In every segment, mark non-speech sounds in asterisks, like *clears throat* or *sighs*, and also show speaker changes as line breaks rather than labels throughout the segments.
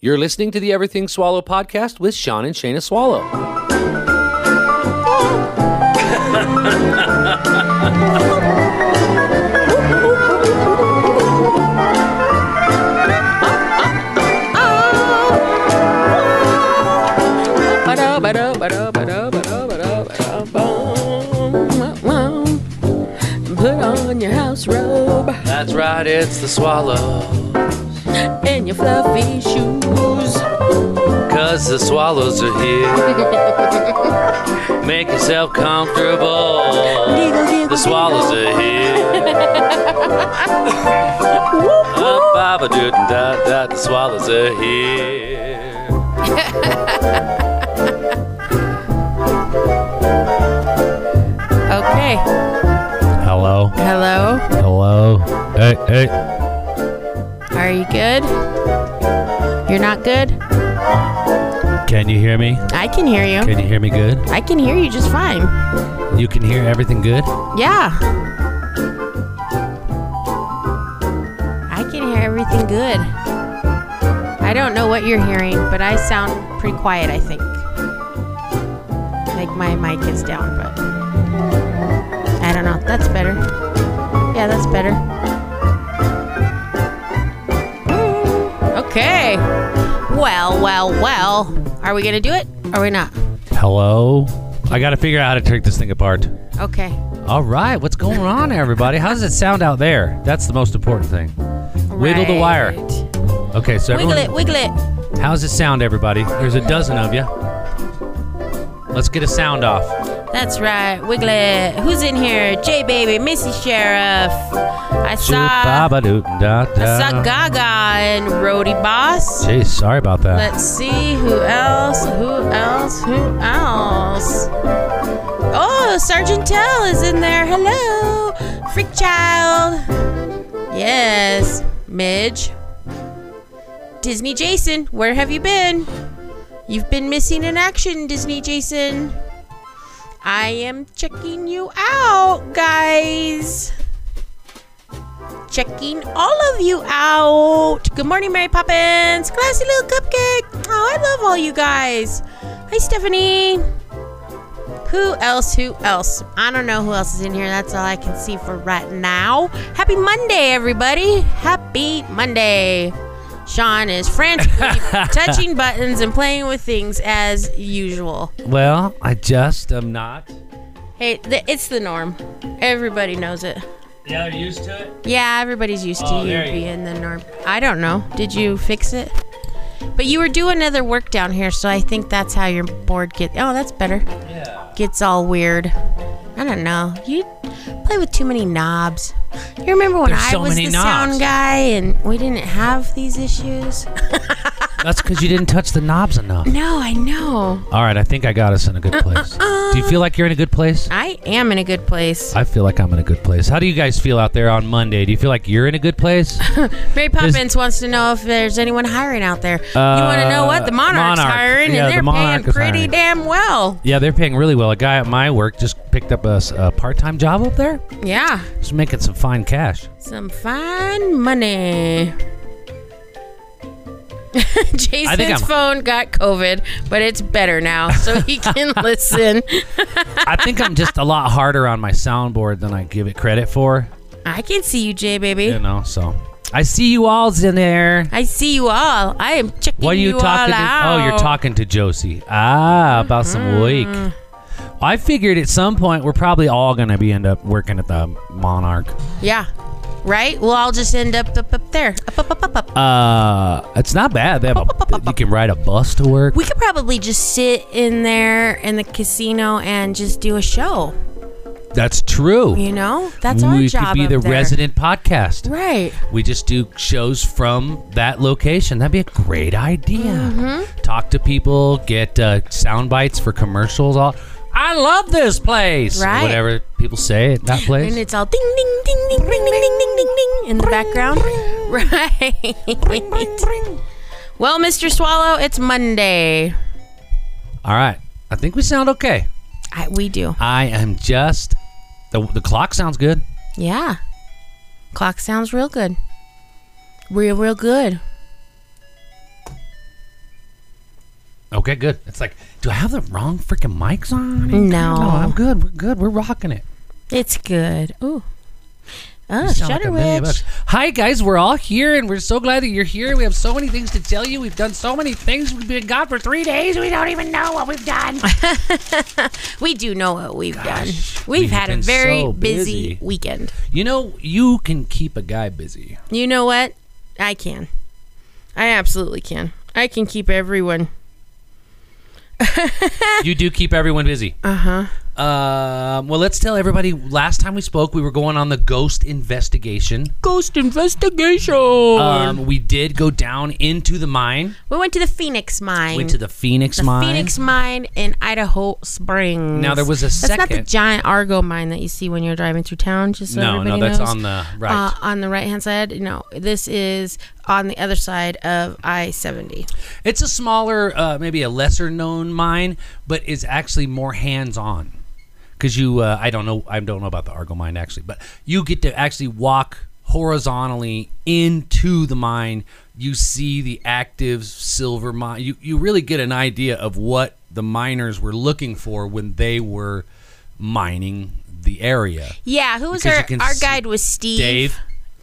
You're listening to the Everything Swallow podcast with Sean and Shayna Swallow. Put on your house robe
That's right, it's the swallow.
and your fluffy shoes.
Cause the swallows are here. Make yourself comfortable. The swallows are here. Up, baba, doo, da, da, the swallows are here.
Okay.
Hello,
Hello.
hello. Hey, hey.
Are you good? You're not good?
Can you hear me?
I can hear you.
you hear me good?
I can hear you just fine.
You can hear everything good?
Yeah. I can hear everything good. I don't know what you're hearing, but I sound pretty quiet, I think. Like my mic is down, but I don't know. That's better. Yeah, that's better. Okay. Well, well, well. Are we going to do it? Are we not?
Hello? I gotta figure out how to take this thing apart.
Okay.
All right, what's going on, everybody? How does it sound out there? That's the most important thing. Wiggle the wire.
Right.
Okay, so
Wiggle
everyone,
it, wiggle it.
how's it sound, everybody? There's a dozen of you. Let's get a sound off.
That's right, Wiggle it. Who's in here? J Baby, Missy Sheriff. I saw, I saw
Ba-ba-doo-da-da.
Gaga and Roadie Boss.
Jeez, sorry about that.
Let's see who else, who else, who else. Oh, Sergeant Tell is in there. Hello, Freak Child. Yes, Midge. Disney Jason, where have you been? You've been missing in action, Disney Jason. I am checking you out, guys. Checking all of you out. Good morning, Mary Poppins. Classy little cupcake. Oh, I love all you guys. Hi, Stephanie. Who else? Who else? I don't know who else is in here. That's all I can see for right now. Happy Monday, everybody. Happy Monday. Sean is frantically touching buttons and playing with things as usual.
Well, I just am not.
Hey, th- it's the norm. Everybody knows it.
Yeah, you're used to it.
Yeah, everybody's used to
Oh,
you
there you go.
being the norm. I don't know. Did you fix it? But you were doing other work down here, so I think that's how your board get. Oh, that's better.
Yeah.
Gets all weird. I don't know. You play with too many knobs. You remember when
There's
I
so
was
many
the
knobs.
sound guy and we didn't have these issues?
That's because you didn't touch the knobs enough.
no, I know.
All right, I think I got us in a good place. Do you feel like you're in a good place?
I am in a good place.
I feel like I'm in a good place. How do you guys feel out there on Monday? Do you feel like you're in a good place?
Mary Poppins wants to know if there's anyone hiring out there. you want to know what the
Uh,
Monarch's
Monarch.
hiring,
Yeah, the
and they're
Monarch
paying
is
pretty
hiring.
damn well.
Yeah, they're paying really well. A guy at my work just picked up a, s- a part-time job up there.
Yeah,
He's making some fine cash.
some fine money. *laughs*
I think
Jason's
I'm-
phone got COVID, but it's better now, so
*laughs*
he can listen.
I think I'm just a lot harder on my soundboard than I give it credit for.
I can see you, Jay, baby.
You know, so I see you all's in there.
I see you all. I am checking
What are you,
all
talking to?
out. Mm-hmm.
Oh, you're talking to Josie. Ah, about some week. I figured at some point we're probably all gonna be end up working at the Monarch.
Yeah, right. We'll all just end up up, up there. Up, up, up, up, up.
Uh, it's not bad. They have a, you can ride a bus to work.
We could probably just sit in there in the casino and just do a show.
That's true.
You know, that's our
we
job.
could be
up
the
there.
resident podcast.
Right.
We just do shows from that location. That'd be a great idea.
Mm-hmm.
Talk to people, get uh, sound bites for commercials. All I love this place.
Right.
Whatever people say at that place.
And it's all ding, ding, ding, ding, ding, ding, ding, ding, ding, ding in the background. *laughs* Right. Well, Mr. Swallow, it's Monday.
all right. I think we sound okay.
I, we do.
I am just the the clock sounds good.
Yeah. Clock sounds real good. Real, real good.
Okay, good. It's like, do I have the wrong freaking mics on?
No.
No, I'm good. We're good. We're rocking it.
It's good. Ooh. Oh,
You sound like a
Shutter
million bucks.
Witch.
Hi guys, we're all here and we're so glad that you're here. We have so many things to tell you. We've done so many things. We've been gone for three days. We don't even know what we've done.
We do know what we've done. We've,
we've
had a
been
very
so
busy.
busy.
weekend.
you know, you can keep a guy busy.
You know what? I can. I absolutely can. I can keep everyone.
you do keep everyone busy. Uh huh. Um, well, let's tell everybody. Last time we spoke, we were going on the ghost investigation.
Ghost investigation.
Um, we did go down into the mine.
we went to the Phoenix Mine.
Went to the Phoenix
the
mine.
Phoenix Mine in Idaho Springs.
Now, there was a
that's not the
second-
giant Argo mine that you see when you're driving through town. Just so
no, no,
everybody
that's
knows.
on the right.
Uh, on the right hand side, no. This is on the other side of I seventy.
It's a smaller, uh, maybe a lesser known mine, but it's actually more hands on. Because you, uh, I don't know, I don't know about the Argo mine actually, but you get to actually walk horizontally into the mine. You see the active silver mine. You you really get an idea of what the miners were looking for when they were mining the area.
Yeah, who was
Because you
our
can
our
see-
guide was Steve.
Dave,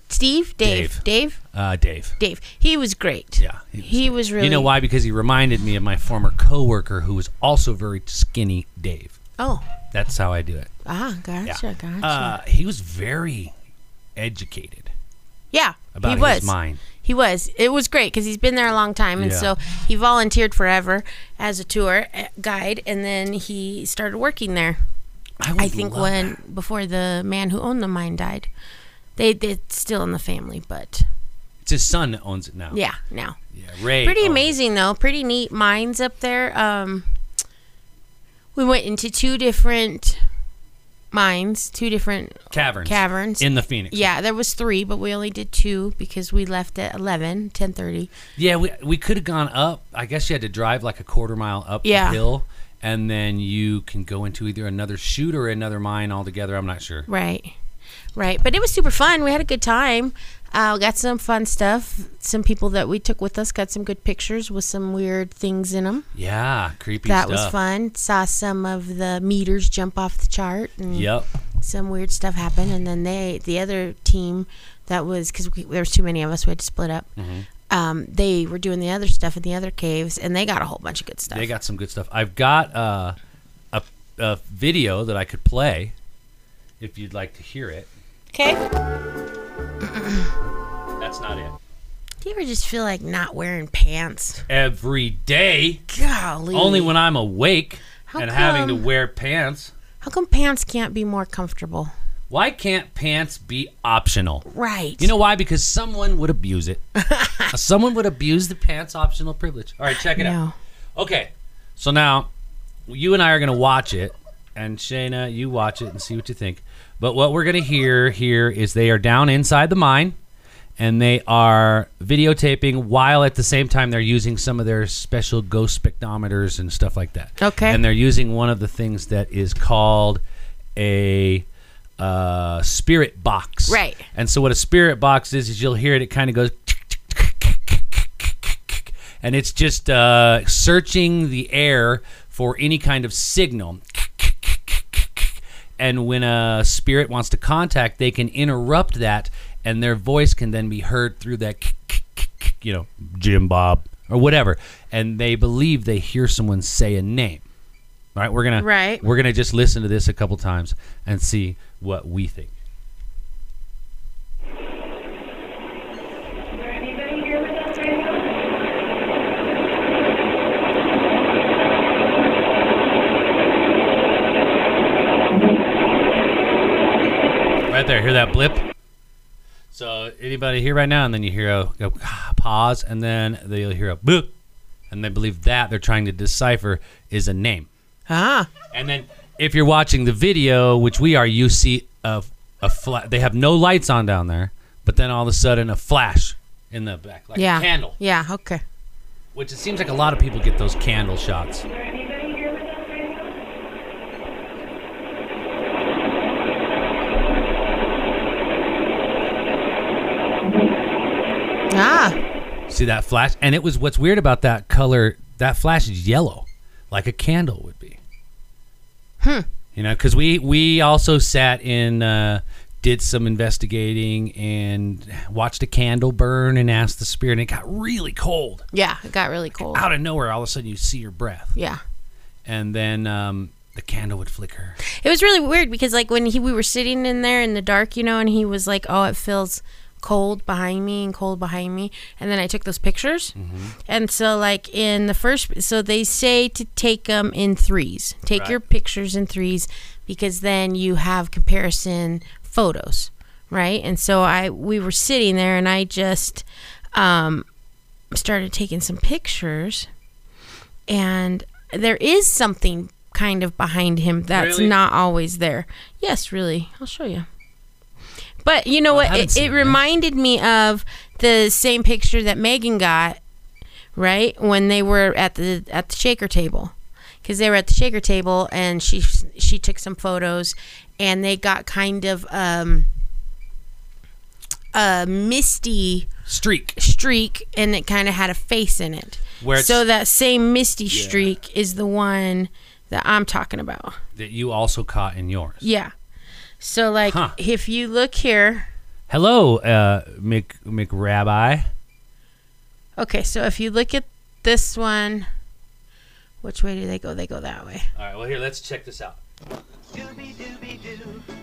Steve.
Dave.
Dave. Dave.
uh, Dave.
Dave. He was great.
Yeah,
He was,
great.
really
You know why? Because he reminded me of my former coworker, who was also very skinny, Dave.
Oh.
That's how I do it.
Ah,
Yeah.
gotcha, gotcha.
Uh, he was very educated
yeah.
about
he was.
his mind.
He was. It was great because he's been there a long time, and
Yeah.
so he volunteered forever as a tour uh, guide, and then he started working there.
would
I think
love
when
that.
before the man who owned the mine died, they they it's still in the family, but
it's his son that owns it now.
yeah, now
yeah Ray.
pretty
owns it.
amazing though. Pretty neat mines up there. Um, we went into two different mines, two different
Caverns.
caverns.
in the Phoenix.
yeah, there was three, but we only did two because we left at 11, 10.30.
yeah. We we could have gone up. I guess you had to drive like a quarter mile up
Yeah.
the hill, and then you can go into either another shoot or another mine altogether. I'm not sure.
Right, right. But it was super fun. We had a good time. Uh, we got some fun stuff. Some people that we took with us got some good pictures with some weird things in them.
Yeah, creepy.
That
stuff.
was fun. Saw some of the meters jump off the chart and
Yep.
some weird stuff happened. And then they, the other team that was, because there was too many of us, we had to split up.
Mm-hmm.
Um, they were doing the other stuff in the other caves, and they got a whole bunch of good stuff.
They got some good stuff. I've got uh, a a video that I could play if you'd like to hear it.
okay.
That's not it.
Do you ever just feel like not wearing pants?
Every day.
Golly.
Only when I'm awake
How
and having to
come?
wear pants.
How come pants can't be more comfortable?
Why can't pants be optional?
Right.
You know why? Because someone would abuse
*laughs*
it. someone would abuse the pants optional privilege. All right, check it out.
No.
Okay, so now you and I are going to watch it, and Shayna, you watch it and see what you think. But what we're going to hear here is they are down inside the mine, and they are videotaping while at the same time they're using some of their special ghost spectrometers and stuff like that.
Okay.
And they're using one of the things that is called a uh, spirit box.
Right.
And so what a spirit box is is you'll hear it. It kind of goes. And it's just uh, searching the air for any kind of signal. And when a spirit wants to contact, they can interrupt that, and their voice can then be heard through that, you know, Jim Bob or whatever. And they believe they hear someone say a name. All right, we're gonna
Right.
we're gonna just listen to this a couple times and see what we think.
Is there anybody here with us right now?
Right there, hear that blip? So anybody here right now, and then you hear a, a pause, and then you'll hear a boop, and they believe that they're trying to decipher is a name.
Ah.
And then if you're watching the video, which we are, you see a, a fla- They have no lights on down there, but then all of a sudden a flash in the back, like
Yeah.
a candle.
Yeah. Okay.
Which it seems like a lot of people get those candle shots.
Is there anybody here with us right now?
Ah. Ah,
See that flash? And it was what's weird about that color That flash is yellow, like a candle would be.
Hmm.
You know, because we we also sat in. Uh, did some investigating and watched a candle burn and asked the spirit and it got really cold
Yeah, it got really cold.
out of nowhere all of a sudden you see your breath
Yeah.
and then um, the candle would flicker
It was really weird because like when he we were sitting in there in the dark, you know, and he was like, "Oh, it feels cold behind me and cold behind me," and then I took those pictures,
Mm-hmm.
and so like in the first, so they say to take them in threes, take your pictures in threes because then you have comparison photos, right? And so I we were sitting there and I just um, started taking some pictures, and there is something kind of behind him that's
Really?
not always there. Yes, really. I'll show you. But you know
Well, Oh, I
what?
haven't
It,
seen
it
that.
reminded me of the same picture that Megan got, right when they were at the at the shaker table, because they were at the shaker table and she she took some photos, and they got kind of um, a misty
streak
streak and it kind of had a face in it.
Where it's-
so that same misty streak is the one that I'm talking about.
that you also caught in yours
Yeah. So like
Huh.
if you look here,
hello uh, Mc, mcrabbi
okay, so if you look at this one, which way do they go? They go that way.
all right well here let's check this out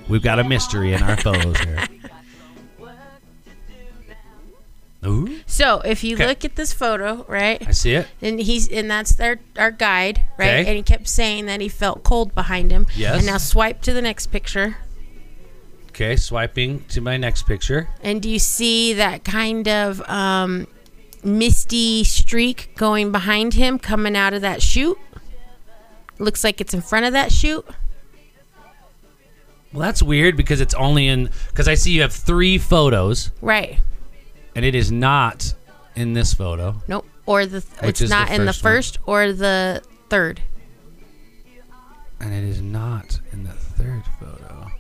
we've got a mystery in our photos here Ooh,
So if you
Okay.
look at this photo, right?
I see it.
And he's and that's their our guide, right?
Okay.
And he kept saying that he felt cold behind him.
Yes.
And now swipe to the next picture.
Okay, swiping to my next picture.
And do you see that kind of um, misty streak going behind him coming out of that chute? Looks like it's in front of that chute.
Well, that's weird because it's only in because I see you have three photos,
Right.
and it is not in this photo.
Nope. Or the
Which
it's
is the
not in the
first one?
first or the third.
and it is not in the third photo.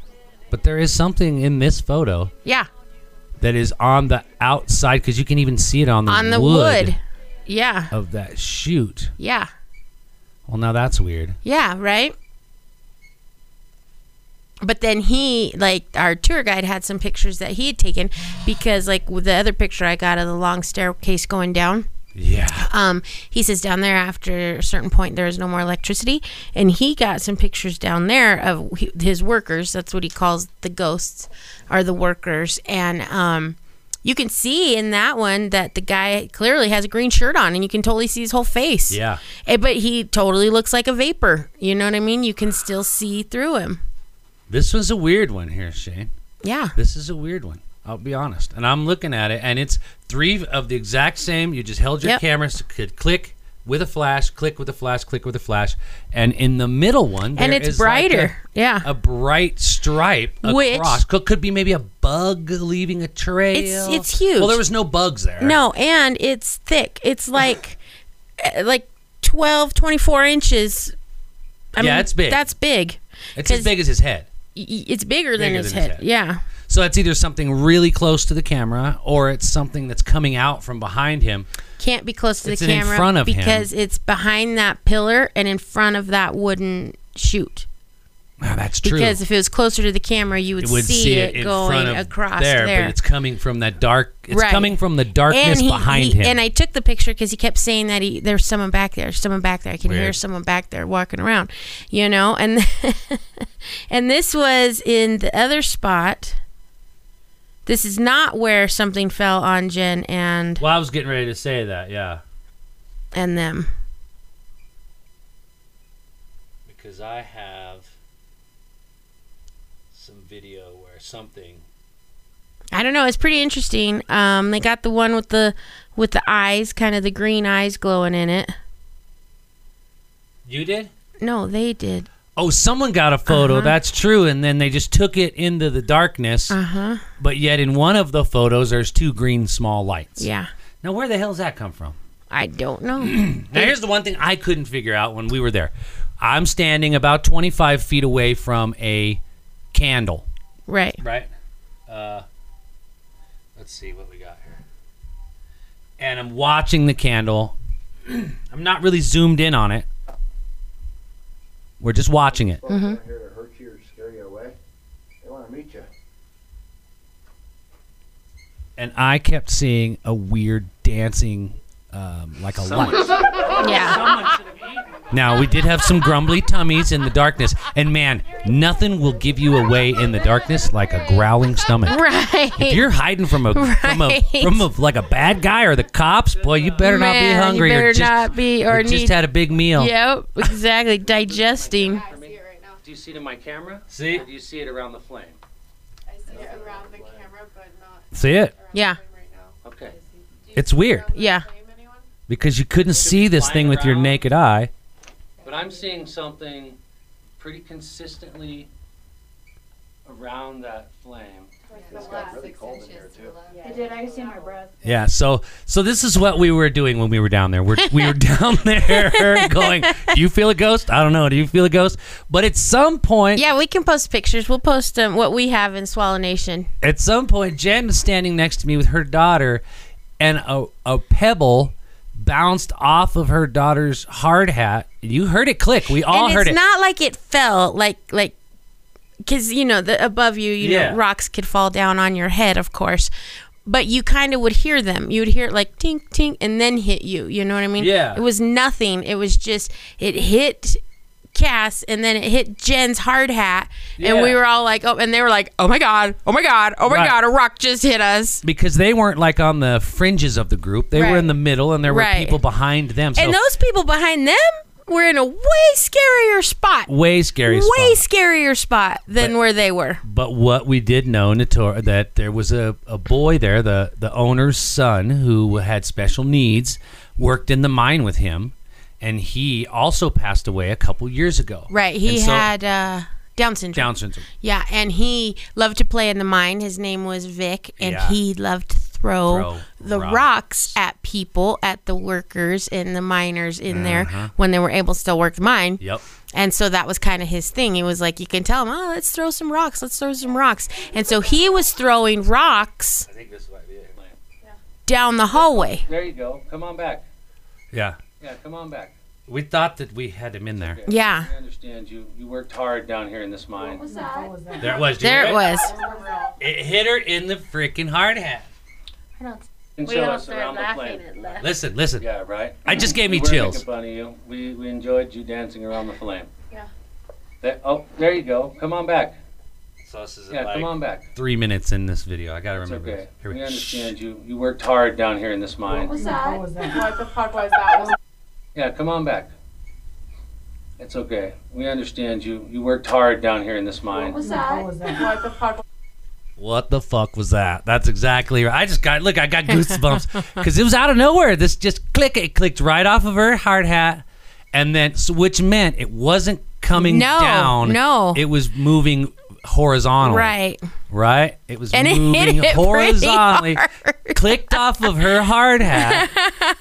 But there is something in this photo
Yeah.
that is on the outside because you can even see it on the,
On the wood. Yeah.
of that chute.
Yeah.
Well, now that's weird.
Yeah, right? But then he, like, our tour guide had some pictures that he had taken because, like, with the other picture I got of the long staircase going down,
Yeah.
um, he says down there after a certain point there is no more electricity and he got some pictures down there of hi- his workers that's what he calls the ghosts are the workers and um, you can see in that one that the guy clearly has a green shirt on and you can totally see his whole face
Yeah.
Eh, but he totally looks like a vapor you know what i mean you can still see through him
This was a weird one here, Shane.
yeah
This is a weird one. I'll be honest. And I'm looking at it, and it's three of the exact same. You just held your
Yep.
camera, so could click with a flash, click with a flash, click with a flash, and in the middle one, there
and it's
is like
brighter
a-
yeah
a bright stripe
Which-
across. Could, could be maybe a bug leaving a trail.
It's- it's huge.
Well, there was no bugs there.
No, and it's thick. It's like eh, like 12, 24 inches. I
Yeah, it's big.
That's big.
it's as
'cause
big as his head.
y- y- It's bigger, than,
Bigger
his,
than his
head.
head.
Yeah.
So it's either something really close to the camera, or it's something that's coming out from behind him.
Can't be close to
It's
the
in
camera
front of him.
because it's behind that pillar and in front of that wooden chute.
Wow, that's true.
Because if it was closer to the camera, you would,
You would
see, it,
in
going
front of
across
there,
there.
but it's coming from that dark. It's
Right.
coming from the darkness
he-
behind
he-
him.
And I took the picture because he kept saying that he there's someone back there, someone back there. I can hear
Weird.
someone back there walking around, you know. And *laughs* and this was in the other spot. This is not where something fell on Jen and
well, I was getting ready to say that, yeah,
and them.
because I have some video where something.
I don't know. It's pretty interesting. Um, they got the one with the with the eyes, kind of the green eyes glowing in it.
You did?
No, they did.
Oh, someone got a photo. That's true. And then they just took it into the darkness.
Uh huh.
But yet, in one of the photos, there's two green small lights.
Yeah.
Now, where the hell's that come from?
I don't *clears throat* know.
Now, here's the one thing I couldn't figure out when we were there. I'm standing about 25 feet away from a candle.
right.
Right. Uh, let's see what we got here. And I'm watching the candle *clears throat* I'm not really zoomed in on it. We're just watching it.
Folks aren't here to hurt you or scare you away. They want to meet you.
And I kept seeing a weird dancing, um, like a light.
Yeah. *laughs*
Now, we did have some grumbly tummies in the darkness. And man, nothing will give you away in the darkness like a growling stomach.
Right.
If you're hiding from a from a
Right.
from a, like a bad guy or the cops, boy, you better not be
Man, you
hungry
better
or just
not be- or
just
need-
had a big meal.
Yep, exactly. Digesting.
Do you see it in my camera?
See? Or do
you see it around the flame?
around the camera, but not
See it?
Yeah,
right now.
Okay.
It's weird
yeah.
Name anyone?
because you couldn't see this thing with your naked eye.
But I'm seeing something pretty consistently around that flame.
It's got really cold in here too.
I did. I could see my breath.
Yeah. So so this is what we were doing when we were down there. We're, we were *laughs* down there *laughs* going, "Do you feel a ghost? I don't know. Do you feel a ghost?" But at some point,
Yeah, we can post pictures. We'll post um, what we have in Swallow Nation.
at some point, Jen was standing next to me with her daughter, and a, a pebble bounced off of her daughter's hard hat. You heard it click. We all
and
heard
it's
it.
not like it fell, like, like, because, you know, the above you, you
Yeah.
know, rocks could fall down on your head, of course. But you kind of would hear them. You would hear it like tink, tink, and then hit you. You know what I mean?
Yeah.
It was nothing. It was just, it hit Cass and then it hit Jen's hard hat. And we
Yeah.
were all like, oh, and they were like, oh my God, oh my God, oh my
Right.
God, a rock just hit us.
because they weren't like on the fringes of the group. They were
Right.
in the middle, and there were
Right.
people behind them. So
And those people behind them were in a way scarier spot.
way scary.
Way
spot.
scarier spot than where they were.
But what we did know, Nator, that there was a, a boy there, the, the owner's son, who had special needs, worked in the mine with him, and he also passed away a couple years ago.
Right. He
And so-
had uh, Down syndrome.
Down syndrome.
Yeah. And he loved to play in the mine. His name was Vic. And
Yeah.
he loved to throw,
Throw
the
rocks.
rocks. at people, at the workers and the miners in there when they were able to still work the mine.
Uh-huh. Yep.
And so that was kind of his thing. He was like, you can tell him, oh, let's throw some rocks. Let's throw some rocks. And so he was throwing rocks
I think this might be it.
down the hallway.
There you go. Come on back.
Yeah.
Yeah, come on back.
We thought that we had him in there.
Yeah.
I understand you. You worked hard down here in this mine.
There it was. Did you
There
hear
it was.
It hit her in the freaking hard hat.
You can
We
show
all
us around
started
the
laughing
flame.
at left.
Listen, listen.
Yeah, right.
I just gave me
we weren't
chills.
Making fun of you. We we enjoyed you dancing around the flame.
Yeah.
There- oh, there you go. Come on back.
So this is
Yeah, come on back.
three minutes in this video. I gotta
It's
remember
okay.
this. Here
We
we go.
understand you. You worked hard down here in this mine.
What the fuck was that? Was
Yeah, come on back. It's okay. We understand you. You worked hard down here in this mine.
what the fuck?
What the fuck was that? That's exactly right. I just got look, I got
*laughs*
goosebumps because it was out of nowhere. This just click, it clicked right off of her hard hat, and then so, which meant it wasn't coming
No,
down.
no.
it was moving horizontally.
Right.
right. It was
And it hit
Oh. moving
it pretty
horizontally.
hard. *laughs*
Clicked off of her hard hat,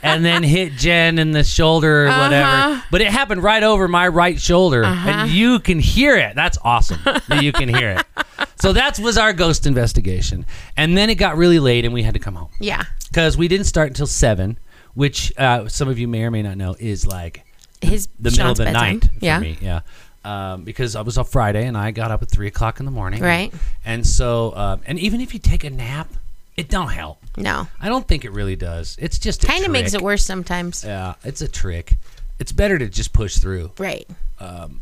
and then hit Jen in the shoulder or
Uh-huh.
whatever. But it happened right over my right shoulder,
Uh-huh.
and you can hear it. That's awesome that you can hear it. So that was our ghost investigation, and then it got really late, and we had to come home
Yeah.
because we didn't start until seven, which uh, some of you may or may not know is like
His
the middle of
Sean's
the
bedtime.
night for
Yeah.
me. Yeah. Um, because I was on Friday and I got up at three o'clock in the morning.
Right.
And so, um, and even if you take a nap, it don't help.
No.
I don't think it really does. It's just
Kind of makes it
work.
worse sometimes.
Yeah, it's a trick. It's better to just push through. Um,
Right.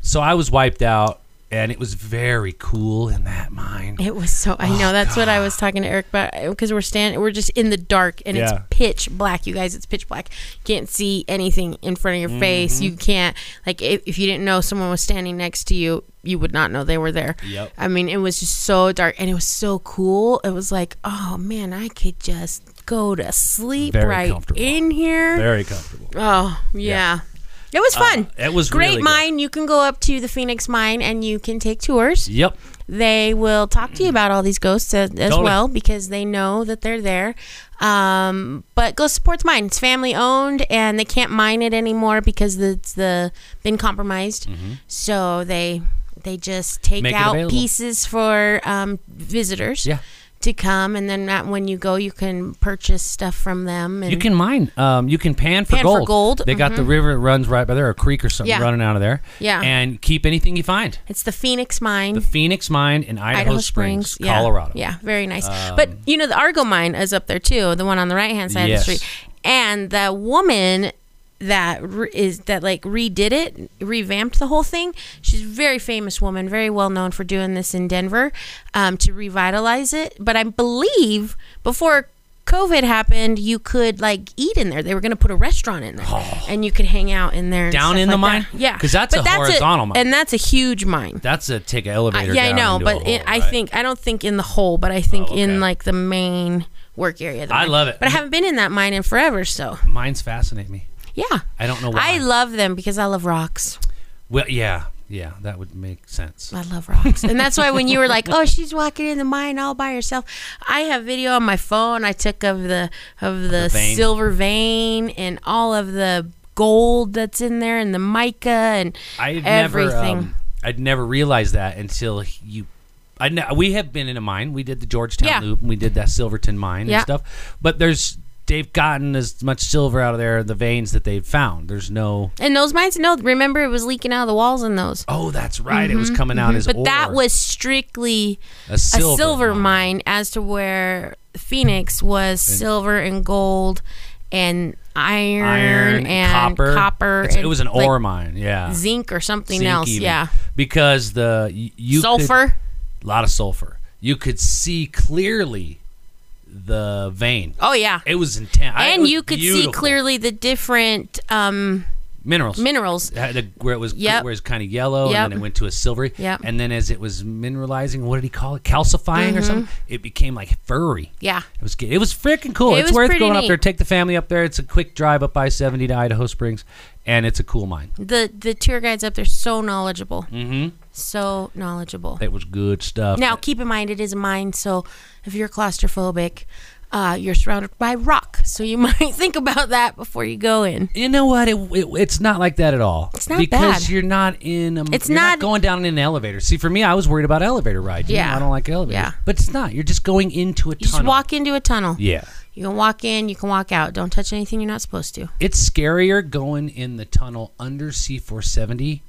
So I was wiped out, and it was very cool in that mine.
It was so. I
Oh,
know that's what I was talking to Eric about because we're standing. We're just in the dark and
Yeah.
it's pitch black. You guys, it's pitch black. You can't see anything in front of your face.
Mm-hmm.
You can't like if, if you didn't know someone was standing next to you, you would not know they were there.
Yep.
I mean, it was just so dark and it was so cool. It was like, oh man, I could just go to sleep
Very
right
comfortable.
in here.
Very comfortable.
Oh yeah, it was fun.
Uh, it was
great
really good.
mine. You can go up to the Phoenix Mine and you can take tours.
Yep.
They will talk to you about all these ghosts as, as
Totally.
well because they know that they're there. Um, but Ghost Support's mine. It's family owned and they can't mine it anymore because it's the been compromised. So they they just
Mm-hmm.
take
Make it
out
available.
pieces for um, visitors
Yeah.
to come, and then that- when you go, you can purchase stuff from them. And
You can mine. Um, you can pan for
Pan for
gold.
gold, Mm-hmm.
They got the river that runs right by there, a creek or something
Yeah.
running out of there.
Yeah.
And keep anything you find.
It's the Phoenix Mine.
The Phoenix Mine in Idaho, Springs,
yeah.
Colorado. Um,
Yeah, very nice. but you know, the Argo mine is up there too, the one on the right hand side
Yes.
of the street. And the woman that re- is that like redid it, revamped the whole thing. She's a very famous woman, very well known for doing this in Denver um, to revitalize it. But I believe before. COVID happened, you could like eat in there. They were going to put a restaurant in there, and you could hang out in there. and
Oh. Down
stuff
in the
like
mine?
that. yeah,
'Cause that's
But
a horizontal mine.
and that's a huge mine.
That's a take an elevator.
Yeah, I
down
know,
into
but
a hole,
in, I
right? Oh,
think I don't think in the hole, but I think
okay.
in like the main work area. of the
I
mine.
love it.
but I haven't been in that mine in forever, so
mines fascinate me.
yeah.
I don't know why.
I love them because I love rocks.
well, yeah, yeah, that would make sense.
I love rocks, and that's why when you were like, "Oh, she's walking in the mine all by herself," I have video on my phone I took of the of the,
vein.
silver vein and all of the gold that's in there and the mica and
I had
everything.
never, um, I'd never realized that until you. I ne- we have been in a mine. We did the Georgetown
Yeah.
Loop and we did that Silverton mine
Yeah.
and stuff. But there's they've gotten as much silver out of there the veins that they've found. There's no.
and those mines, no, remember it was leaking out of the walls in those.
Oh, that's right. It was coming out as
Mm-hmm. But that
ore.
was strictly
a silver,
a silver mine. as to where Phoenix was silver and gold and iron,
iron,
and
copper, It's-
and,
it was an
like,
ore mine. Yeah,
zinc or something
Zinc
else.
even.
Yeah,
because the y- you could-
sulfur.
a lot of sulfur. You could see clearly the vein.
oh yeah,
It was intense, I- it
and
was
you could see
beautiful.
clearly the different um,
minerals.
minerals.
Had the- where it was
Yep.
where it was kind of yellow
Yep.
and then it went to a silvery
Yep. Mm-hmm.
and then as it was mineralizing what did he call it calcifying or something it became like furry
Yeah.
it was good. it was freaking cool
It
it's
was
worth
pretty
going up there
neat.
take the family up there it's a quick drive up i-70 to idaho springs and it's a cool mine
The the tour guides up there so knowledgeable,
mm-hmm
so knowledgeable.
it was good stuff
Now, keep in mind, it is a mine, so if you're claustrophobic, uh, you're surrounded by rock. So you *laughs* might think about that before you go in.
you know what? It, it- it's not like that at all. It's
not
because
bad.
you're not in. A,
It's
you're
not-
going down in an elevator. See, for me, I was worried about elevator ride. You know,
Yeah.
I don't like elevators.
Yeah.
but it's not. You're just going into a
You just
tunnel.
walk into a tunnel.
Yeah,
You can walk in, you can walk out. Don't touch anything you're not supposed to.
it's scarier going in the tunnel under C470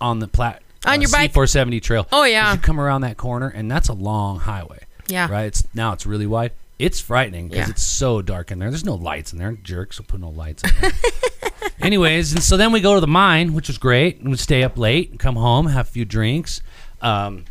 on the plat uh,
On your bike?
C470 trail.
Oh, yeah.
'Cause You come around that corner, and that's a long highway.
Yeah.
right. It's now it's really wide. It's frightening because
Yeah.
it's so dark in there. There's no lights in there. Jerks will put no lights in
*laughs*
there. Anyways, and so then we go to the mine, which was great. And we stay up late, and come home, have a few drinks. Um,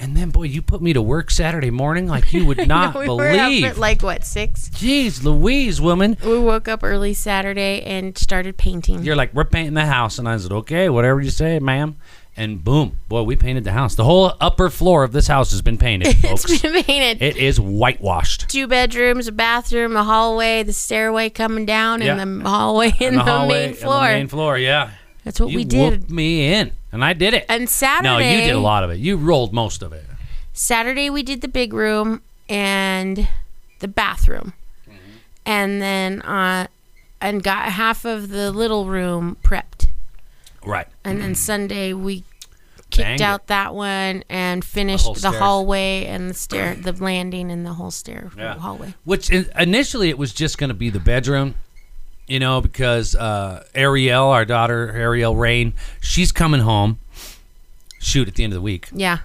and then, boy, you put me to work Saturday morning like you
*laughs*
would not
we were up
Ah, believe.
at like what six?
Jeez, Louise, woman.
We woke up early Saturday and started painting.
You're like, we're painting the house. And I said, okay, whatever you say, ma'am. And boom, boy, we painted the house. The whole upper floor of this house has been painted,
*laughs* *laughs* it's
folks.
been painted.
it is whitewashed.
Two bedrooms, a bathroom, a hallway, the stairway coming down,
Yeah.
and the hallway and, the,
hallway
main
and the
floor.
main floor, yeah.
That's what
you
we did.
whooped me in, and I did it.
And Saturday,
no, you did a lot of it. You rolled most of it.
Saturday we did the big room and the bathroom,
Mm-hmm.
and then uh, and got half of the little room prepped,
Right.
and then Sunday we kicked
Banged
out that one and finished
whole
the,
stairs.
hallway and the stair, the landing and the whole stair hallway.
Which in, initially it was just going to be the bedroom, you know, because uh, Ariel, our daughter Ariel Rain, she's coming home. Shoot at the end of the week,
Yeah,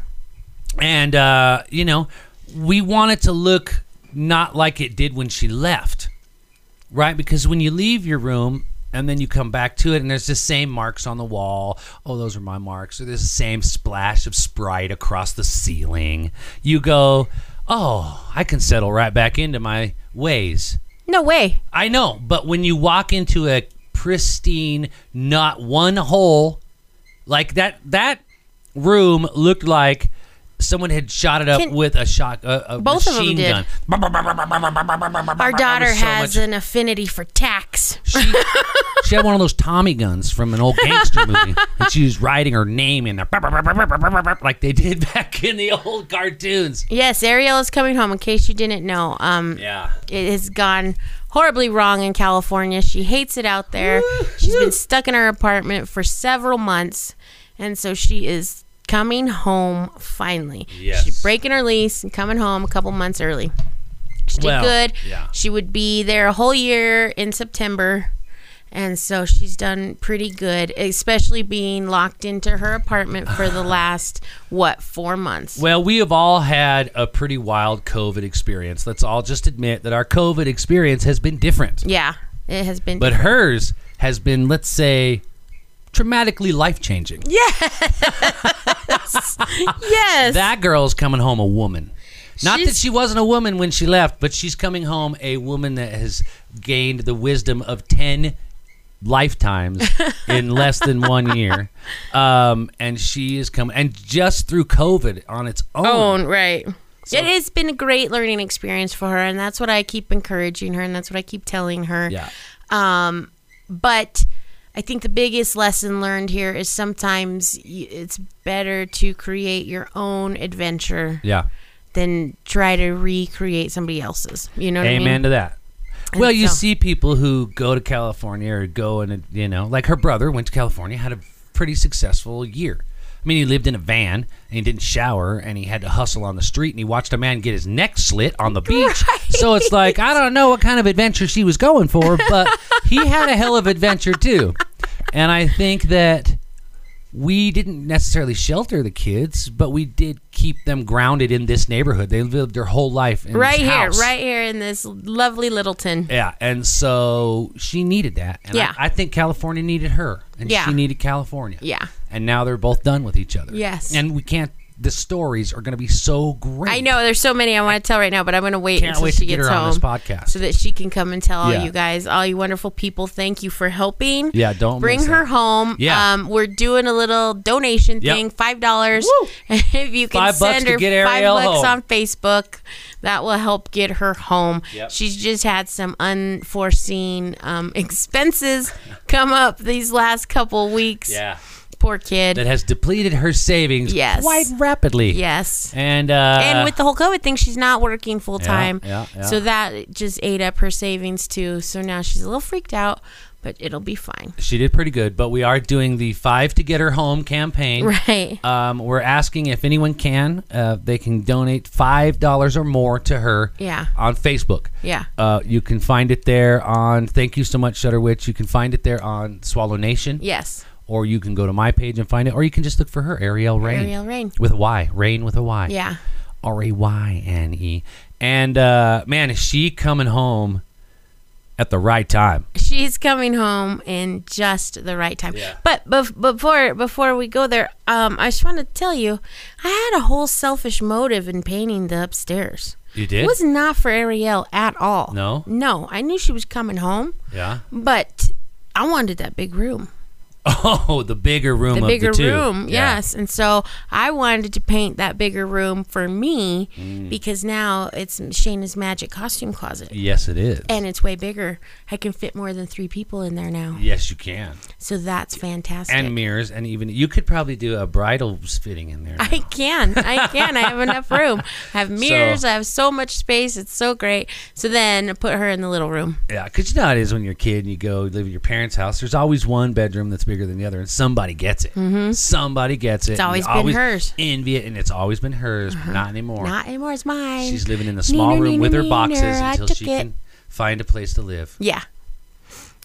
and uh, you know, we want it to look not like it did when she left, right? Because when you leave your room and then you come back to it, and there's the same marks on the wall. Oh, those are my marks. Or there's the same splash of Sprite across the ceiling. You go, oh, I can settle right back into my ways.
no way.
I know, but when you walk into a pristine, not one hole, like that that room looked like someone had shot it up
Can-
with a shot a, a
Both of 'em
machine
did.
gun.
Our daughter
so
has
much-
an affinity for tax.
She, she had one of those Tommy guns from an old gangster movie,
*laughs*
and she was writing her name in there, like they did *laughs* back in the old cartoons.
Yes, Ariel is coming home. In case you didn't know, um,
Yeah.
it has gone horribly wrong in California. She hates it out there. She's been stuck in her apartment for several months, and so she is coming home finally.
Yes.
She's breaking her lease and coming home a couple months early. She did
Well,
good.
yeah.
She would be there a whole year in September. And so she's done pretty good, especially being locked into her apartment
*sighs*
for the last, what, four months.
Well, we have all had a pretty wild COVID experience. Let's all just admit that our COVID experience has been different.
yeah, it has been.
But hers has been, let's say, traumatically life changing.
yes.
That girl's coming home a woman. Not that
She's-
she wasn't a woman when she left, but she's coming home a woman that has gained the wisdom of 10 lifetimes in less than one year. Um, and she is coming, and just through COVID on its own.
own, right. it has been a great learning experience for her, and that's what I keep encouraging her, and that's what I keep telling her.
Yeah.
Um, but I think the biggest lesson learned here is sometimes y- it's better to create your own adventure
Yeah.
than try to recreate somebody else's. You know what
Amen
I mean?
to that. Well, you
so-
see people who go to California or go and you know, like her brother went to California, had a pretty successful year. I mean, he lived in a van and he didn't shower and he had to hustle on the street and he watched a man get his neck slit on the beach. So it's like, I don't know what kind of adventure she was going for, but he had a hell of adventure too. And I think that we didn't necessarily shelter the kids, but we did keep them grounded in this neighborhood. They lived their whole life in this
Right here,
house.
right here in this lovely Littleton.
Yeah, and so she needed that. And
Yeah.
I, I think California needed her, and
Yeah.
she needed California.
Yeah.
And now they're both done with each other.
Yes.
And we can't. The stories are going to be so great.
I know there's so many I want to tell right now, but I'm going to wait
Can't
until
wait
she
to get
gets
her on
home
this podcast.
so that she can come and tell
Yeah.
all you guys, all you wonderful people. Thank you for helping.
Yeah, don't
bring
miss
her
that.
home.
Yeah.
um, we're doing a little donation
Yep.
thing, five dollars.
Woo!
*laughs* if you can
Five bucks
send
to
her
get
five
Ariel
bucks
home.
on Facebook, that will help get her home.
Yep.
She's just had some unforeseen um, expenses *laughs* come up these last couple weeks.
Yeah.
poor kid.
That has depleted her savings
Yes.
quite rapidly.
yes.
And uh,
and with the whole COVID thing, she's not working full time.
yeah, yeah.
So that just ate up her savings too. So now she's a little freaked out, but it'll be fine.
she did pretty good, but we are doing the five to get her home campaign.
*laughs* Right.
Um, we're asking if anyone can, uh, they can donate five dollars or more to her.
Yeah.
On Facebook.
Yeah.
Uh, you can find it there on. Thank you so much, Shutter Witch. You can find it there on Swallow Nation.
Yes.
Or you can go to my page and find it, or you can just look for her Ariel Rain.
Ariel Rain.
With a Y, Rain with a Y.
Yeah.
R a y n e. And uh, man, is she coming home at the right time?
She's coming home in just the right time. But bef- before before we go there, um, I just want to tell you, I had a whole selfish motive in painting the upstairs.
You did.
It was not for Ariel at all.
No?
No, I knew she was coming home,
yeah.
but I wanted that big room.
*laughs* Oh, the bigger room.
the
of
bigger
the two.
room
Yeah.
yes and so i wanted to paint that bigger room for me
Mm.
because now it's shayna's magic costume closet
Yes, it is.
and it's way bigger i can fit more than three people in there now
yes, you can.
so that's fantastic
and mirrors and even you could probably do a bridal fitting in there.
I can. I can. I have enough room. I
*laughs*
have mirrors. I have so much space. It's so great. So then I put her in the little room.
yeah, because you know how it is when you're a kid and you go live at your parents' house. There's always one bedroom that's bigger than the other, and somebody gets it. Somebody gets it. It's
Mm-hmm. always been hers.
Envy it, and it's always been hers, but not anymore.
Not anymore. It's mine.
She's living in a small
Neener,
room with
neener,
her boxes
neener, I
until
took
she
it.
can find a place to live.
yeah.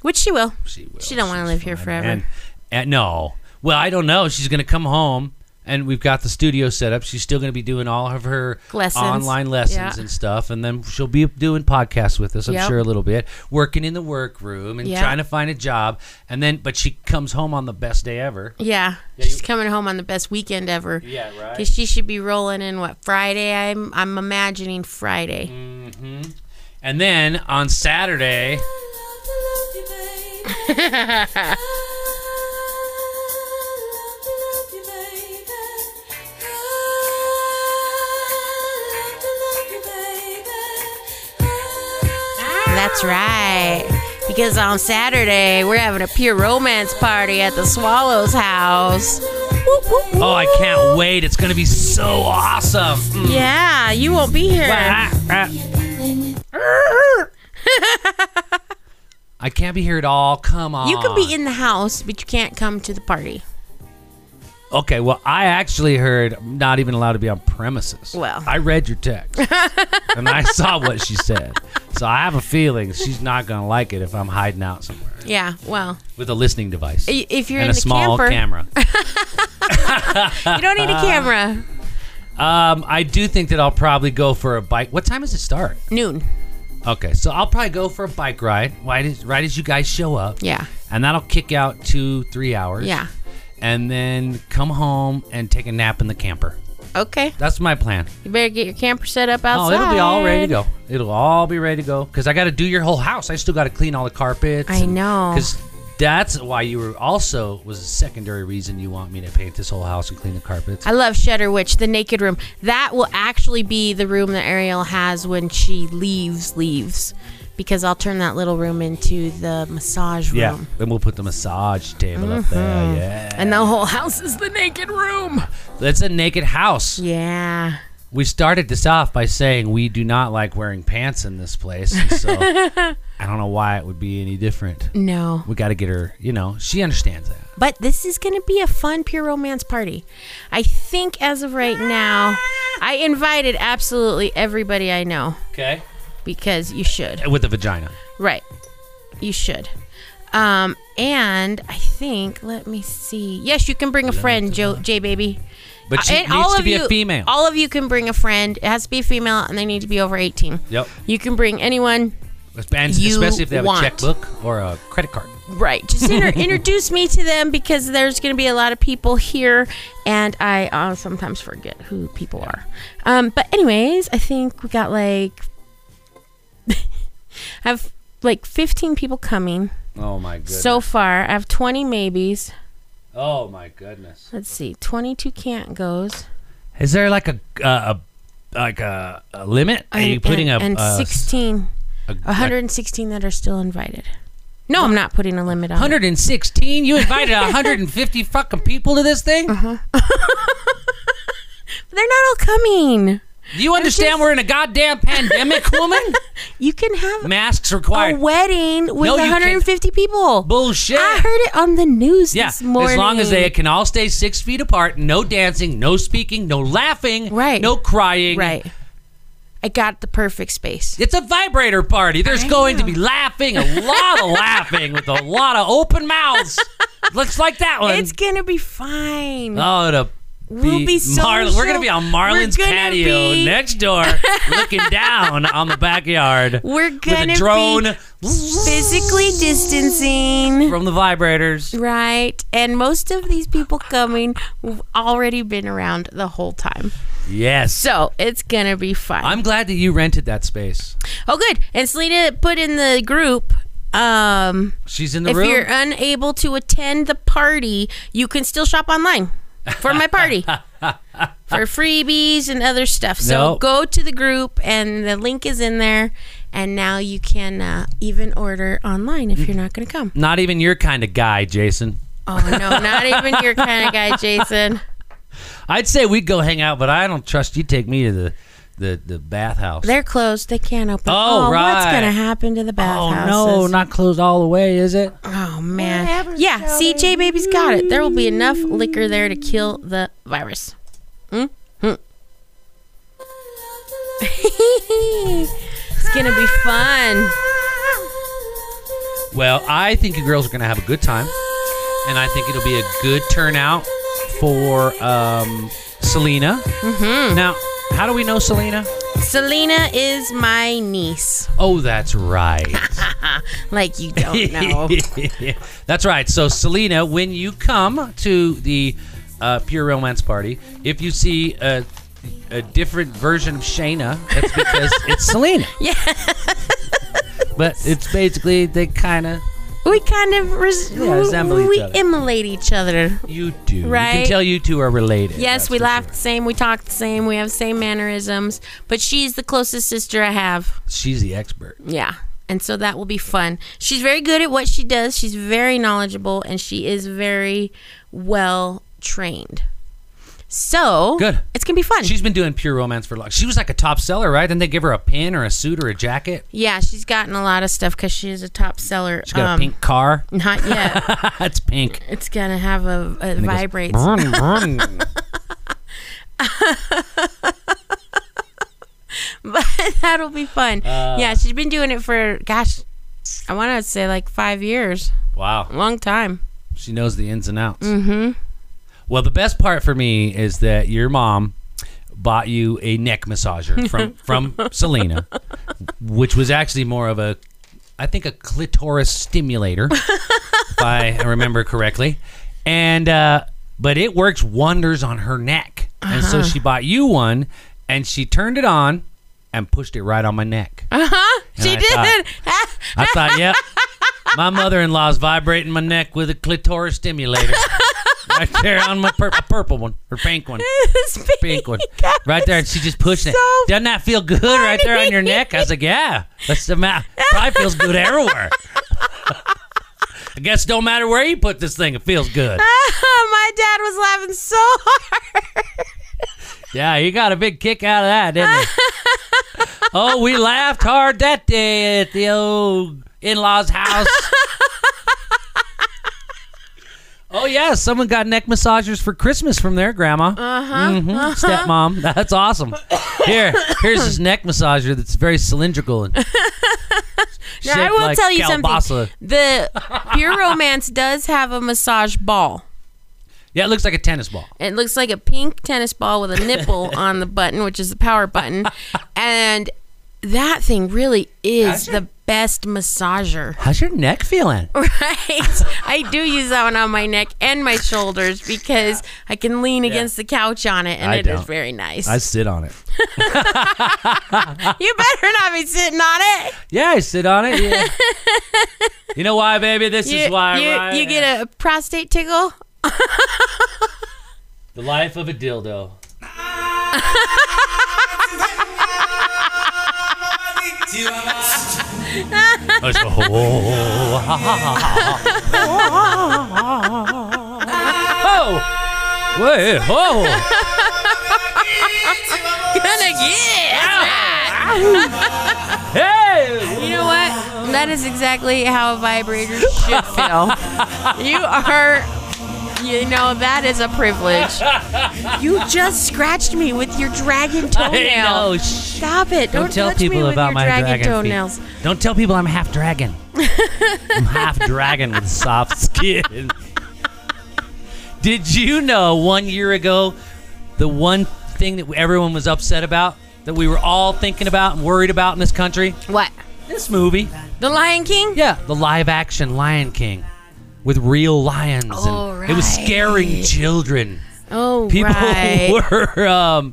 Which she will.
She will.
She don't wanna
She's
live here
fine.
forever.
And, and no, well, I don't know. She's gonna come home. And we've got the studio set up. She's still going to be doing all of her
Lessons.
online lessons
Yeah.
and stuff, and then she'll be doing podcasts with us. I'm
Yep.
sure a little bit, working in the workroom and
Yeah.
trying to find a job. And then, but she comes home on the best day ever.
Yeah.
Yeah,
she's
you-
coming home on the best weekend ever.
Yeah, right.
Because she should be rolling in what Friday? I'm I'm imagining Friday.
hmm And then on Saturday,
That's right. Because on Saturday we're having a pure romance party at the Swallows house. Whoop, whoop, whoop.
oh, I can't wait! It's going to be so awesome. Mm.
Yeah, you won't be here.
Ah, ah.
*laughs*
I can't be here at all. Come on.
You can be in the house, but you can't come to the party.
Okay, well, I actually heard I'm not even allowed to be on premises.
Well.
I read your
*laughs*
text and I saw what she said. So I have a feeling she's not going to like it if I'm hiding out somewhere
Yeah. Well,
with a listening device
i- if you're
and
in
a
the
small
camper,
camera.
you
*laughs*
don't need a camera.
Um, I do think that I'll probably go for a bike. What time does it start?
Noon.
Okay, so I'll probably go for a bike ride. Right as, right as you guys show up.
Yeah.
And that'll kick out two, three hours.
Yeah.
And then come home and take a nap in the camper.
Okay.
That's my plan.
You better get your camper set up outside.
Oh, it'll be all ready to go. It'll all be ready to go because I got to do your whole house. I still got to clean all the carpets.
I know.
Because that's why you were also was a secondary reason you want me to paint this whole house and clean the carpets.
I love Shutter Witch, the naked room. That will actually be the room that Ariel has when she leaves, leaves. Because I'll turn that little room into the massage room.
yeah. Then we'll put the massage table up
Mm-hmm.
there. Yeah.
And the whole house is the naked room.
That's a naked house.
Yeah.
We started this off by saying we do not like wearing pants in this place. and
*laughs*
so I don't know why it would be any different.
No.
We got to get her, you know, she understands that.
But this is going to be a fun pure romance party. I think as of right now, I invited absolutely everybody I know
Okay.
because you should.
With a vagina.
Right. You should. Um, and I think, let me see. Yes, you can bring a friend, jo- J Baby.
But she
and
needs
all
to
of
be
you,
a female.
All of you can bring a friend. It has to be a female, and they need to be over 18.
Yep.
You can bring anyone.
And
you
especially if they have
want.
a checkbook or a credit card.
Right. Just inter- introduce me to them because there's going to be a lot of people here, and I uh, sometimes forget who people are. Um, but anyways, I think we got like *laughs* I have like 15 people coming
Oh my goodness.
so far. I have 20 maybes.
oh my goodness.
Let's see, 22 can't goes.
Is there like a uh, a like a, a limit? Are you putting
and,
a,
and
a
16,
a- like
116 that are still invited? No, I'm not putting a limit on. it.
116? You invited
*laughs*
150 fucking people to this thing?
Uh-huh. They're not all coming.
Do you understand
just-
we're in a goddamn
*laughs*
pandemic, woman?
You can have
Masks
a
required.
wedding with
No, you
150 people.
Bullshit.
Oh, I heard it on the news
yeah,
this morning.
as long as they can all stay six feet apart, no dancing, no speaking, no laughing,
Right.
no crying.
Right. I got the perfect space.
It's a vibrator party. There's going to be laughing, a lot of laughing with a lot of open mouths. Looks like that one.
It's gonna be fine.
oh, it'll
We'll be
Marlin- We're going to be on
social.
Marlin's
We're gonna
patio
be-
next door, looking down on the backyard
*laughs* We're
with
gonna
a drone
be physically distancing.
from the vibrators.
Right. And most of these people coming have already been around the whole time.
Yes.
So it's going to be fun.
I'm glad that you rented that space.
oh, good. And Selena put in the group um,
She's in the
if
room.
you're unable to attend the party, you can still shop online for
*laughs*
my party for freebies and other stuff. So
Nope.
go to the group, and the link is in there. And now you can uh, even order online if you're not going
*laughs*
to come.
Not even your kind of guy, Jason.
Oh, no, not even your kind of guy, Jason.
I'd say we'd go hang out, but I don't trust you take me to the the, the bathhouse.
They're closed. They can't open.
Oh,
What's
right.
going to happen to the
oh
bathhouses?
no, not closed all the way, is it?
Oh, man. yeah, CJ Baby's got it. There will be enough liquor there to kill the virus. Mm? Mm. *laughs* it's going to be fun.
Well, I think you girls are gonna have a good time, and I think it'll be a good turnout for um, Selena. Mm-hmm. Now, how do we know Selena?
Selena is my niece.
Oh, that's right. *laughs*
Like, you don't know.
That's right. So, Selena, when you come to the uh, Pure Romance Party, if you see a, a different version of Shayna, that's
*laughs*
because it's Selena. Yeah. *laughs* but it's basically they kind of
we kind of res-
Yeah, resemble each
we
other.
emulate each other.
you do. You can
Right.
tell you two are related.
Yes,
That's
we
for
laugh
sure.
the same, we talk the same, we have the same mannerisms, but she's the closest sister I have.
She's the expert.
Yeah. And so that will be fun. She's very good at what she does. She's very knowledgeable and she is very well trained. So
Good.
It's gonna be fun.
She's been doing pure romance for long. She was like a top seller, right? Didn't they give her a pin or a suit or a jacket?
yeah, she's gotten a lot of stuff because she is a top seller. Um,
She got a pink car. *laughs*
Not yet.
it's pink.
it's gonna have a it vibrates.
Vroom, vroom.
*laughs* but that'll be fun.
Uh.
yeah, she's been doing it for gosh, I want to say like five years,
wow.
a long time.
She knows the ins and outs.
Mm-hmm.
Well, the best part for me is that your mom bought you a neck massager from from Selena, which was actually more of a, I think a clitoris stimulator, if I remember correctly, and uh, but it works wonders on her neck, and so she bought you one, and she turned it on, and pushed it right on my neck.
Uh huh. She
I
did. *laughs*
I thought, yep, my mother-in-law's vibrating my neck with a clitoris stimulator. Right there on my pur- purple one, her pink one pink
*laughs*
one right there, and she just pushed it.
so
Doesn't that feel good right there on your neck? I was like, yeah, that's the matter. Probably feels good everywhere. *laughs* I guess don't matter where you put this thing, it feels good.
My dad was laughing so hard.
Yeah, you got a big kick out of that, didn't you? *laughs* oh, we laughed hard that day at the old in-laws *laughs* house. Oh yeah, someone got neck massagers for Christmas from their grandma. Uh-huh. Stepmom. *laughs* That's awesome. Here, here's this neck massager that's very cylindrical *laughs* and
Now, I
shaped
will
like
tell you
kielbasa.
something. The Pure Romance does have a massage ball.
Yeah, it looks like a tennis ball.
It looks like a pink tennis ball with a
*laughs*
nipple on the button, which is the power button. And that thing really is the best massager. *laughs*
How's your neck feeling?
Right. I do use that one on my neck and my shoulders because I can lean against the couch on it and
I
it is
don't.
very nice.
I sit on it.
*laughs* you better not be sitting on it.
Yeah, I sit on it.
*laughs*
yeah. you know why, baby? This
You,
is why.
you,
right?
you get a prostate tickle. *laughs*
the life of a dildo. *laughs* That's a *laughs* whole- oh, wait, oh,
Gonna get it.
hey!
You know what? That is exactly how a vibrator
*laughs*
should feel. you are. You know, that is a privilege. You just scratched me with
*laughs*
your dragon
Hey,
toenail.
no, shh.
Stop it. Don't,
Don't tell
touch me
people
with
about
your
my
dragon,
dragon feet.
toenails.
Don't tell people I'm half
*laughs*
dragon. I'm half dragon with soft skin. Did you know one year ago, the one thing that everyone was upset about, that we were all thinking about and worried about in this country?
What?
This movie.
The Lion King?
Yeah, the live action Lion King with real lions. and
Oh,
It was
right.
scaring children *laughs*
Oh,
people
right.
were um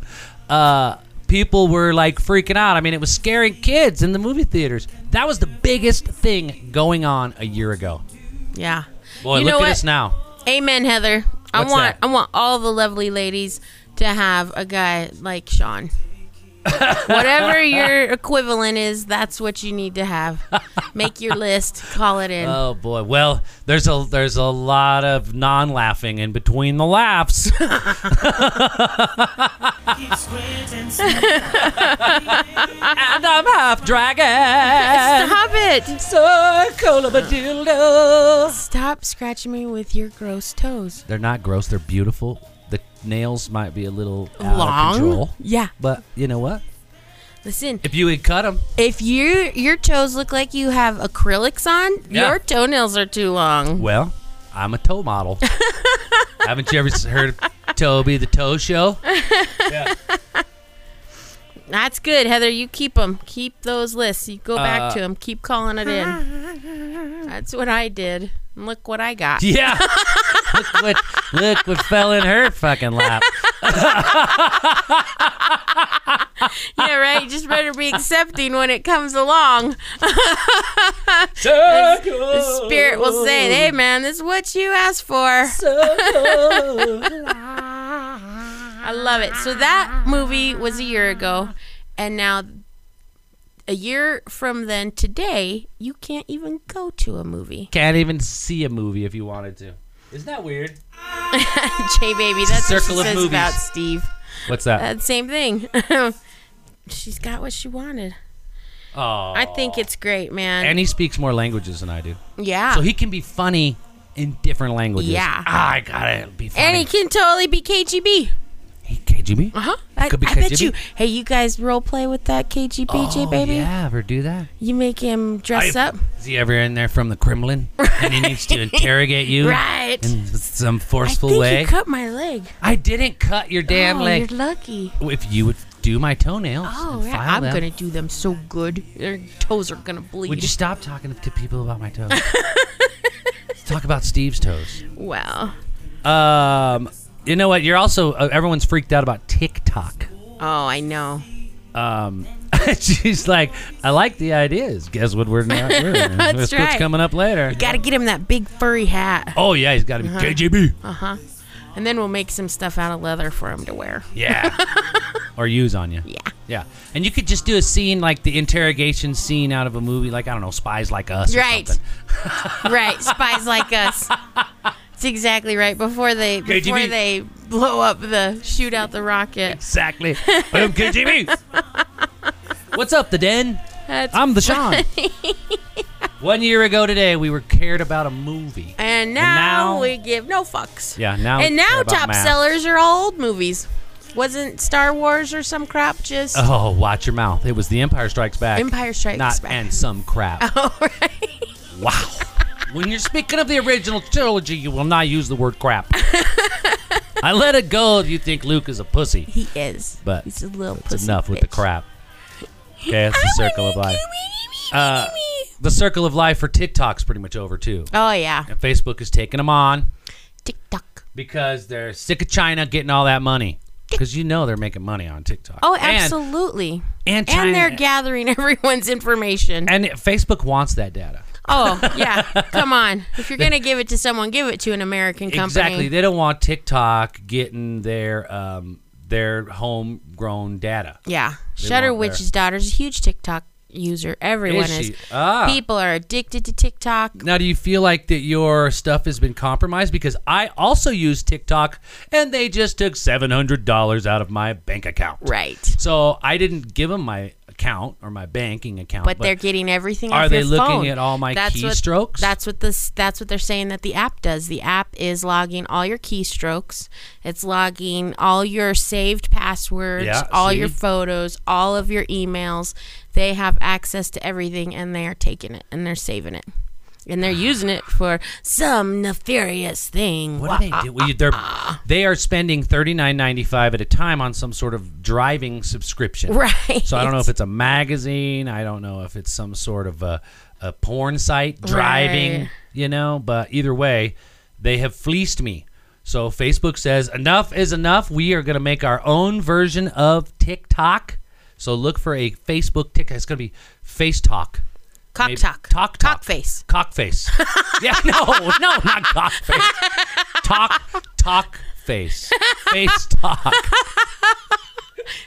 uh people were like freaking out i mean it was scaring kids in the movie theaters that was the biggest thing going on a year ago
Yeah.
boy
You
look
know
at
what?
us now
Amen, Heather. I
What's
want
that?
I want all the lovely ladies to have a guy
*laughs*
like Sean. Whatever your equivalent is, that's what you need to have. Make your list, call it in.
oh boy well there's a there's a lot of non-laughing in between the laughs *laughs* and i'm half dragon
Stop it!
so cool of a dildo
Stop scratching me with your gross toes.
They're not gross. They're beautiful. The nails might be a little out
Long?
of control,
Yeah,
but you know what?
listen.
If you would cut them,
If you your toes look like you have acrylics on,
Yeah.
your toenails are too long.
well, I'm a toe
*laughs*
model. Haven't you ever s- heard of Toby the Toe
*laughs*
Show?
That's good, Heather. You keep them. Keep those lists. You go
Uh,
back to them. Keep calling it in. That's what I did. And look what I got.
Yeah. look what look what fell in her fucking lap.
Yeah, right. You just better be accepting when it comes along. The spirit will say, "Hey, man, this is what you asked for." I love it. So that movie was a year ago, and now a year from then today, you can't even go to a movie. *laughs*
Can't even see a movie if you wanted to. Isn't that weird?
J Baby. That's what she
Circle of
says
movies.
about Steve.
What's that?
That same thing. *laughs* She's got what she wanted.
Oh.
Uh, I think it's great, man.
And he speaks more languages than I do,
yeah.
so he can be funny in different languages.
Ah. Yeah.
Ah, I gotta be funny.
and he can totally be KGB.
Hey, KGB.
Uh huh. I,
Uh-huh. Could be
I bet
KGB.
you. Hey, you guys role play with that KGB, J
Oh,
Baby.
Yeah, ever do that?
You make him dress
I-
up.
Is he ever in there from the Kremlin and he needs
*laughs*
to interrogate you
Right.
in some
I
forceful
think
way?
you cut my leg.
I didn't cut your damn
oh,
leg.
You're lucky.
If you would do my toenails,
Oh,
and
yeah.
file
I'm
them,
gonna do them so good. Their toes are gonna bleed.
Would you stop talking to people about my
*laughs*
toes? Let's talk about Steve's toes.
wow.
Um, you know what? You're also uh, everyone's freaked out about TikTok.
Oh, I know.
Um, *laughs* she's like, I like the ideas. Guess what? We're not.
*laughs*
We're,
That's
what's
right.
coming up later?
Gotta get him that big furry hat.
Oh yeah, he's got to be KGB.
Uh huh.
Oh.
And then we'll make some stuff out of leather for him to wear. *laughs*
Yeah. or use on you.
Yeah.
Yeah. And you could just do a scene like the interrogation scene out of a movie, like I don't know, Spies Like Us. or
Right.
something.
*laughs* Right, spies like us. It's exactly right. Before they before
KGB.
they blow up the shoot out the rocket.
Exactly. I'm
*laughs*
KGB. What's up, the den?
That's
I'm the
*laughs*
Sean. One year ago today, we were cared about a movie.
and now,
now-
we give no fucks.
Yeah. Now.
and
we care
now
about
top
math.
sellers are all old movies. Wasn't Star Wars or some crap just
Oh, watch your mouth. It was The Empire Strikes Back.
Empire Strikes
not
Back? Oh.
and some crap.
*laughs* All right.
Wow. when you're speaking of the original trilogy, you will not use the word
*laughs*
crap. I let it go if you think Luke is a pussy.
He is.
But
he's a little
It's
pussy
enough with the
bitch. Ah,
crap. Okay, that's the
I
circle of
wanna
life.
go, me, me, me,
Uh,
me, me.
The circle of life for TikTok's pretty much over too.
Oh yeah.
And Facebook is taking them on
Tick tock.
because they're sick of China getting all that money. Because you know they're making money on TikTok.
Oh,
And-
absolutely.
And, China,
And they're gathering *laughs* everyone's information.
and Facebook wants that data.
Oh,
*laughs*
yeah. Come on. If you're going to give it to someone, give it to an American company.
Exactly. They don't want TikTok getting their um, their homegrown data.
Yeah.
They
Shutter
want their-
Witch's daughter's a huge TikTok user. Everyone
Is
is.
she? Ah.
People are addicted to TikTok.
Now, do you feel like that your stuff has been compromised? Because I also use TikTok, and they just took seven hundred dollars out of my bank account.
Right.
So I didn't give them my account or my banking account.
But, they're getting everything.
Are
off
they
your
looking
phone.
at all my
what-
keystrokes?
that's what this. That's what they're saying that the app does. The app is logging all your keystrokes. It's logging all your saved passwords,
Yeah,
all your
see?
photos, all of your emails. They have access to everything, and they are taking it and they're saving it,
*sighs*
and they're using it for some nefarious thing.
What do they do? Well, you- they're they are spending thirty nine ninety five at a time on some sort of driving subscription.
*laughs* Right.
So I don't know if it's a magazine. I don't know if it's some sort of a, a porn site driving.
Right.
You know, but either way, they have fleeced me. So Facebook says enough is enough. We are going to make our own version of TikTok. So look for a Facebook TikTok. It's going to be Face Talk.
cock
Maybe-
talk,
Talk talk.
face.
Cockface. yeah, *laughs* no, no, not cockface. Talk, talk face. Face talk.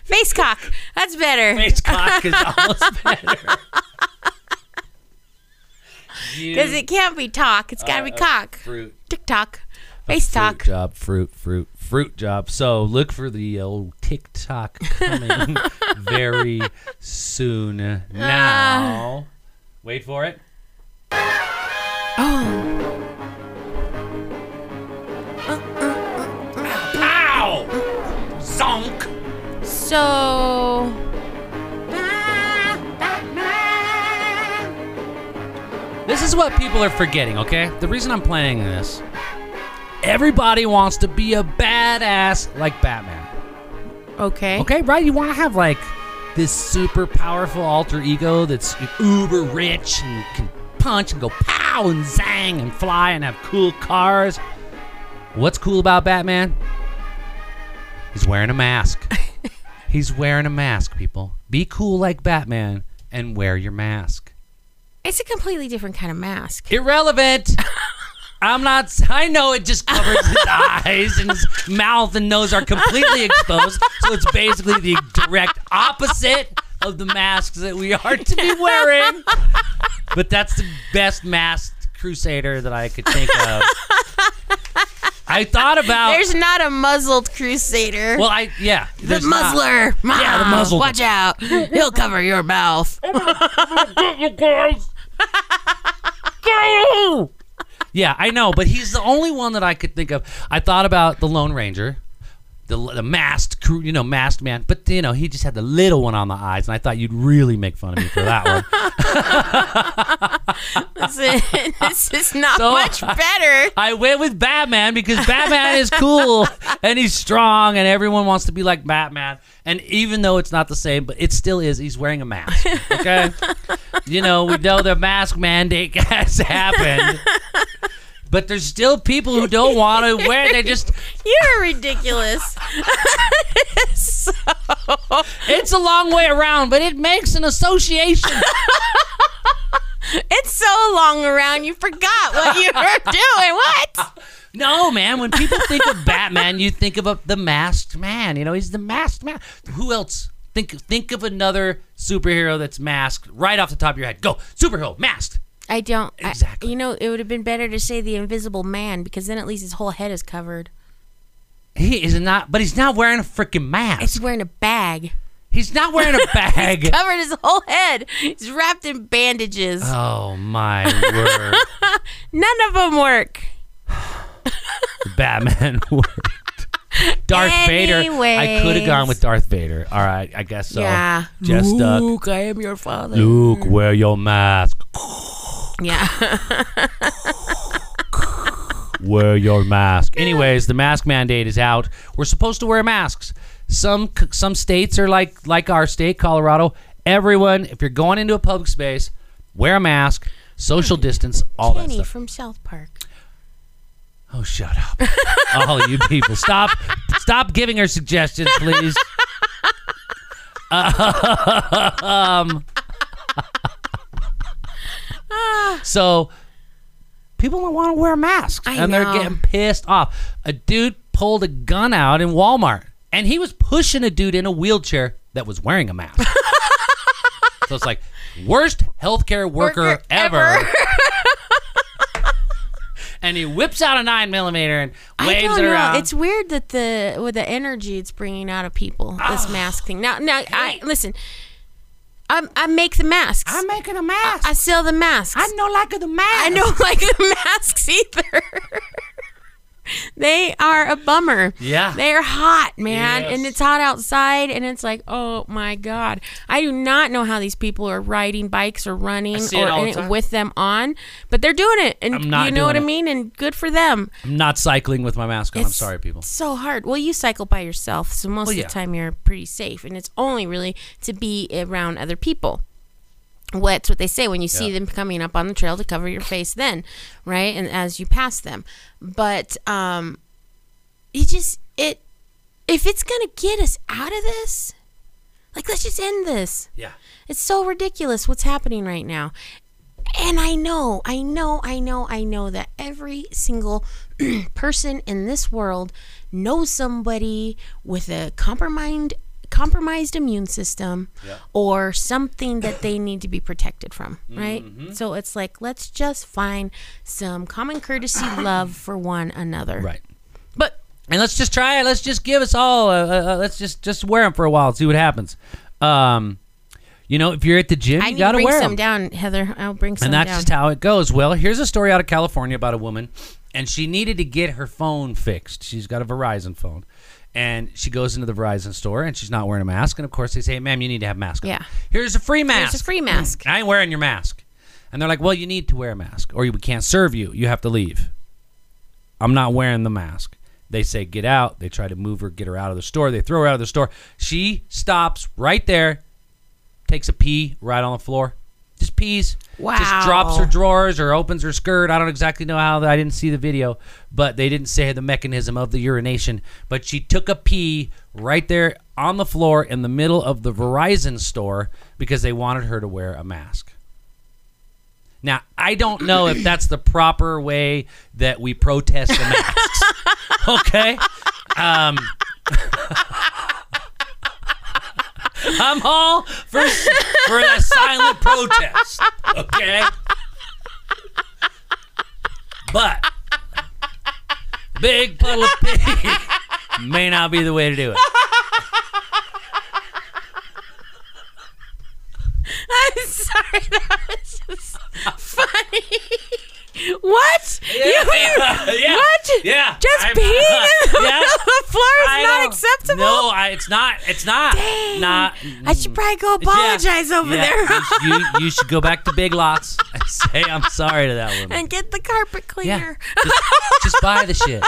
Face cock.
*laughs*
That's better.
Face cock is almost better. You
Because it can't be talk. It's got
Uh,
to be cock.
fruit.
TikTok. Face talk.
Fruit job, fruit, fruit, fruit job. So look for the old TikTok *laughs* coming very soon. Now, wait for it.
Oh,
Ow! Zonk!
so.
This is what people are forgetting, okay? The reason I'm playing this, everybody wants to be a badass like Batman.
Okay.
Okay, right? You want to have like this super powerful alter ego that's uber rich and can punch and go pow and zang and fly and have cool cars. What's cool about Batman? He's wearing a mask. He's wearing a mask, people. Be cool like Batman and wear your mask.
It's a completely different kind of mask.
Irrelevant. I'm not. s- I know it just covers
*laughs*
his eyes and his mouth and nose are completely exposed. So it's basically the direct opposite of the masks that we are to be wearing. But that's the best masked crusader that I could think of. I thought about.
There's not a muzzled crusader.
Oh. well, I yeah.
the
there's not.
muzzler. Mom,
the muzzled.
Watch out. He'll cover
*laughs*
your mouth.
Yeah, I know, but he's the only one that I could think of. I thought about the Lone Ranger, the the masked crew, you know, masked man, but you know, he just had the little one on the eyes, and I thought you'd really make fun of me for that one.
Listen, this is *laughs* not
So-
much better.
I went with Batman because Batman is cool and he's strong and everyone wants to be like Batman. And even though it's not the same, but it still is, he's wearing a mask. Okay? you know, we know the mask mandate *laughs* has happened. But there's still people who don't want to wear. They just,
You're ridiculous. so,
it's a long way around, but it makes an association.
it's so long around you forgot what you
*laughs*
were doing. What?
*laughs* No, man. When people think of Batman, you think of a, the masked man. You know, he's the masked man. Who else? Think think of another superhero that's masked right off the top of your head. Go superhero masked.
I don't. I-
Exactly.
you know, it would have been better to say the invisible man because then at least his whole head is covered.
He is not, but he's not wearing a freaking
He's
mask.
wearing a bag.
*laughs* He's not wearing a bag.
Covered his whole head. He's wrapped in bandages.
Oh my word,
None of them work.
Batman *laughs* word. Darth Vader. I could have gone
Anyways.
with Darth Vader. All right, I guess so.
yeah.
Just uh,
Luke, I am your father.
Luke, wear your mask.
Yeah.
wear your mask. Anyways, the mask mandate is out. We're supposed to wear masks. Some c- some states are like like our state, Colorado. Everyone, if you're going into a public space, wear a mask, social distance, all that
Kenny
stuff.
from South Park. *laughs*
Oh, shut up, all you people! Stop stop giving her suggestions, please. um, so people don't want to wear masks
I
and
know.
they're getting pissed off. A dude pulled a gun out in Walmart and he was pushing a dude in a wheelchair that was wearing a mask. so it's like worst healthcare worker,
Worker
ever. and he whips out a nine millimeter and waves
I don't
it
know.
around.
It's weird that the with the energy it's bringing out of people this mask thing. Now, now, I listen. I I make the masks.
I'm making a mask.
I sell the masks.
I'm no like of the mask.
I don't *laughs* like the masks either. they are a bummer.
Yeah.
They're hot, man. And
Yes.
it's hot outside and it's like, oh my God. I do not know how these people are riding bikes or running
see it
or
all the
any-
time.
with them on. But they're doing it. And
I'm not
you know what
doing
I
it.
mean? And good for them.
I'm not cycling with my mask on. I'm
It's
sorry, people.
So hard. Well, you cycle by yourself, so most
Well,
of
yeah.
the time you're pretty safe, and it's only really to be around other people. What's what they say when you see
Yeah.
them coming up on the trail to cover your face, then, right? And as you pass them, but um, you just it if it's gonna get us out of this, like let's just end this.
Yeah.
It's so ridiculous what's happening right now. And I know, I know, I know, I know that every single *clears throat* person in this world knows somebody with a compromised compromised immune system or something that they need to be protected from, right?
Mm-hmm.
So it's like let's just find some
*clears throat*
common courtesy love for one another.
Right.
But
and let's just try it. Let's just give us all. A, a, a- let's just just wear them for a while and see what happens. Um, you know, if you're at the gym,
I
you
need to
gotta
bring
wear
some
them.
down, Heather. I'll bring some
and that's
down.
just how it goes. Well, here's a story out of California about a woman, and she needed to get her phone fixed. She's got a Verizon phone, and she goes into the Verizon store, and she's not wearing a mask. And of course, they say, "Hey, "Ma'am, you need to have a mask." on."
Yeah.
Here's a free mask.
There's a free mask.
I ain't wearing your mask. And they're like, well, you need to wear a mask or we can't serve you. You have to leave. I'm not wearing the mask. They say, get out. They try to move her, get her out of the store. They throw her out of the store. She stops right there, takes a pee right on the floor. Just pees.
Wow.
Just drops her drawers or opens her skirt. I don't exactly know how. I didn't see the video, but they didn't say the mechanism of the urination. But she took a pee right there on the floor in the middle of the Verizon store because they wanted her to wear a mask. Now, I don't know if that's the proper way that we protest the masks. okay? Um, I'm all for, for a silent protest. Okay? But Big puddle of pee may not be the way to
*laughs*
do it.
I'm sorry, that was just funny. what? You,
*laughs*
you,
Yeah.
What?
Yeah.
Just
I'm- uh,
peeing *laughs* in the
Yeah.
middle of the floor is
I
not
know.
acceptable.
No, I, it's not. It's not.
Dang.
Not.
I should probably go
Yeah.
apologize over
Yeah,
there
You, sh- you, you should go back to Big Lots and *laughs* say I'm sorry to that woman.
*laughs* and get the carpet
yeah.
cleaner.
Just, *laughs* just buy the shit.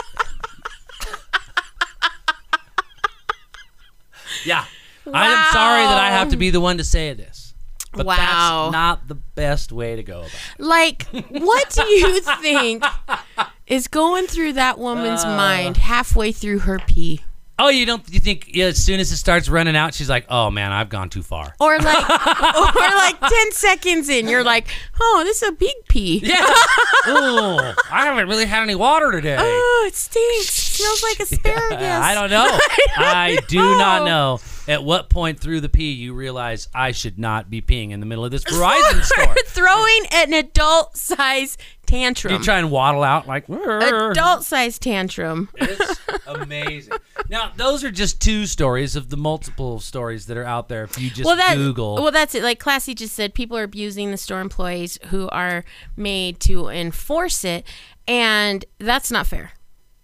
yeah. I am sorry that I have to be the one to say this. But
Wow.
that's not the best way to go about it.
Like, what do you
*laughs*
think is going through that woman's
Uh.
mind halfway through her pee?
Oh, you don't you think yeah, as soon as it starts running out, she's like, "Oh man, I've gone too far." *laughs*
Or like, or like ten seconds in, you're like, "Oh, this is a big pee.
Yeah. Ooh, I haven't really had any water today.
Oh, it stinks. It
*laughs*
smells like asparagus."
Uh, I don't know. I do not know at what point through the pee you realize I should not be peeing in the middle of this Verizon store.
*laughs* Throwing an adult size
You
tantrum.
try and waddle out like
Adult size tantrum.
*laughs* It's amazing. Now, those are just two stories of the multiple stories that are out there. If you just
well, that,
Google,
Well, that's it. Like Classy just said, people are abusing the store employees who are made to enforce it, and that's not fair.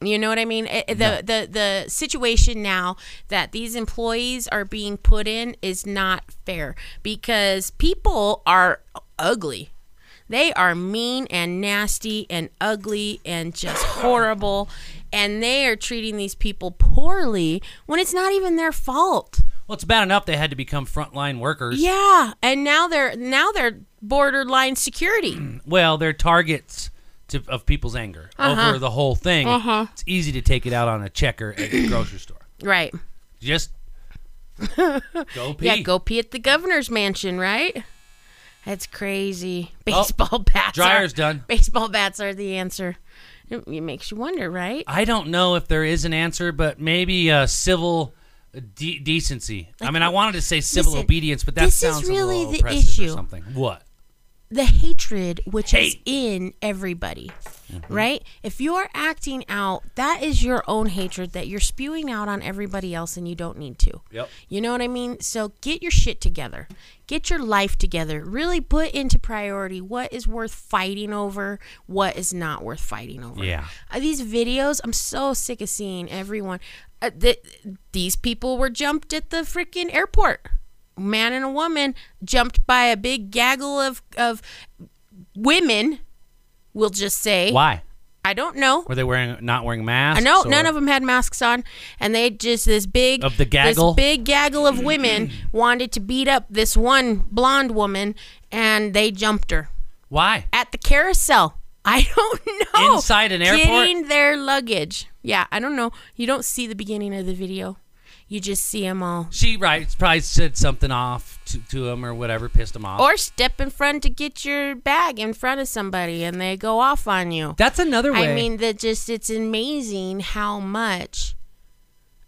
You know what I mean? It- it- the, the the situation now that these employees are being put in is not fair because people are ugly. They are mean and nasty and ugly
*coughs*
and just horrible. And they are treating these people poorly when it's not even their fault.
well, it's bad enough they had to become frontline workers.
Yeah, and now they're now they're borderline security.
Well, they're targets to, of people's anger
Uh-huh.
over the whole thing. It's easy to take it out on a checker at the grocery store.
right. *laughs*
Just go pee.
Yeah, go pee at the governor's mansion, right? That's crazy. Baseball *laughs* bats.
Oh, dryer's
are,
done.
Baseball bats are the answer. It, it makes you wonder, right?
I don't know if there is an answer, but maybe uh, civil de- decency. I mean, I wanted to say civil
listen,
obedience, but that
this is
sounds a
really
little
the
oppressive
issue.
or something. What?
The hatred which is
Hate. Mm-hmm.
in everybody, right? If you're acting out, that is your own hatred that you're spewing out on everybody else, and you don't need to.
Yep.
You know what I mean? So get your shit together. Get your life together. Really put into priority what is worth fighting over, what is not worth fighting over.
Yeah.
Uh, these videos, I'm so sick of seeing everyone. Uh, th- these people were jumped at the freaking airport. Man and a woman jumped by a big gaggle of, of women, we'll just say.
Why?
I don't know.
Were they wearing not wearing
I
masks?
know
or-
none of them had masks on, and they just this big
Of the gaggle?
this big gaggle of women wanted to beat up this one blonde woman, and they jumped her
Why?
at the carousel. *laughs* I don't know.
Inside an
getting their luggage. Yeah, I don't know. You don't see the beginning of the video. You just see them all,
She right probably said something off to, to him or whatever, pissed him off.
or step in front to get your bag in front of somebody, and they go off on you.
That's another way.
I mean, that just it's amazing how much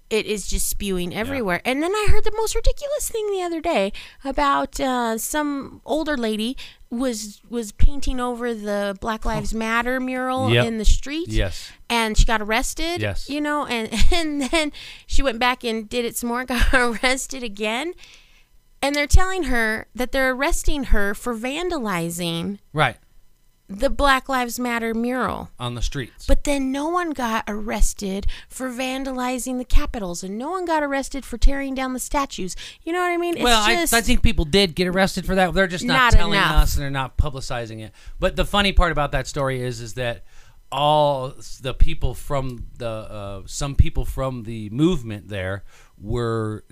it is just spewing everywhere. And then I heard the most ridiculous thing the other day about uh, some older lady was was painting over the Black Lives Matter mural
Yep.
in the street.
yes.
And she got arrested.
Yes.
You know, and *laughs* and then she went back and did it some more, *laughs* got arrested again. And they're telling her that they're arresting her for vandalizing
Right.
the Black Lives Matter mural.
On the streets.
But then no one got arrested for vandalizing the capitals, and no one got arrested for tearing down the statues. You know what I mean? It's
well,
just-
I, I think people did get arrested for that. They're just not,
Not
telling
enough.
us and they're not publicizing it. But the funny part about that story is, is that all s- the people from the uh, some people from the movement there were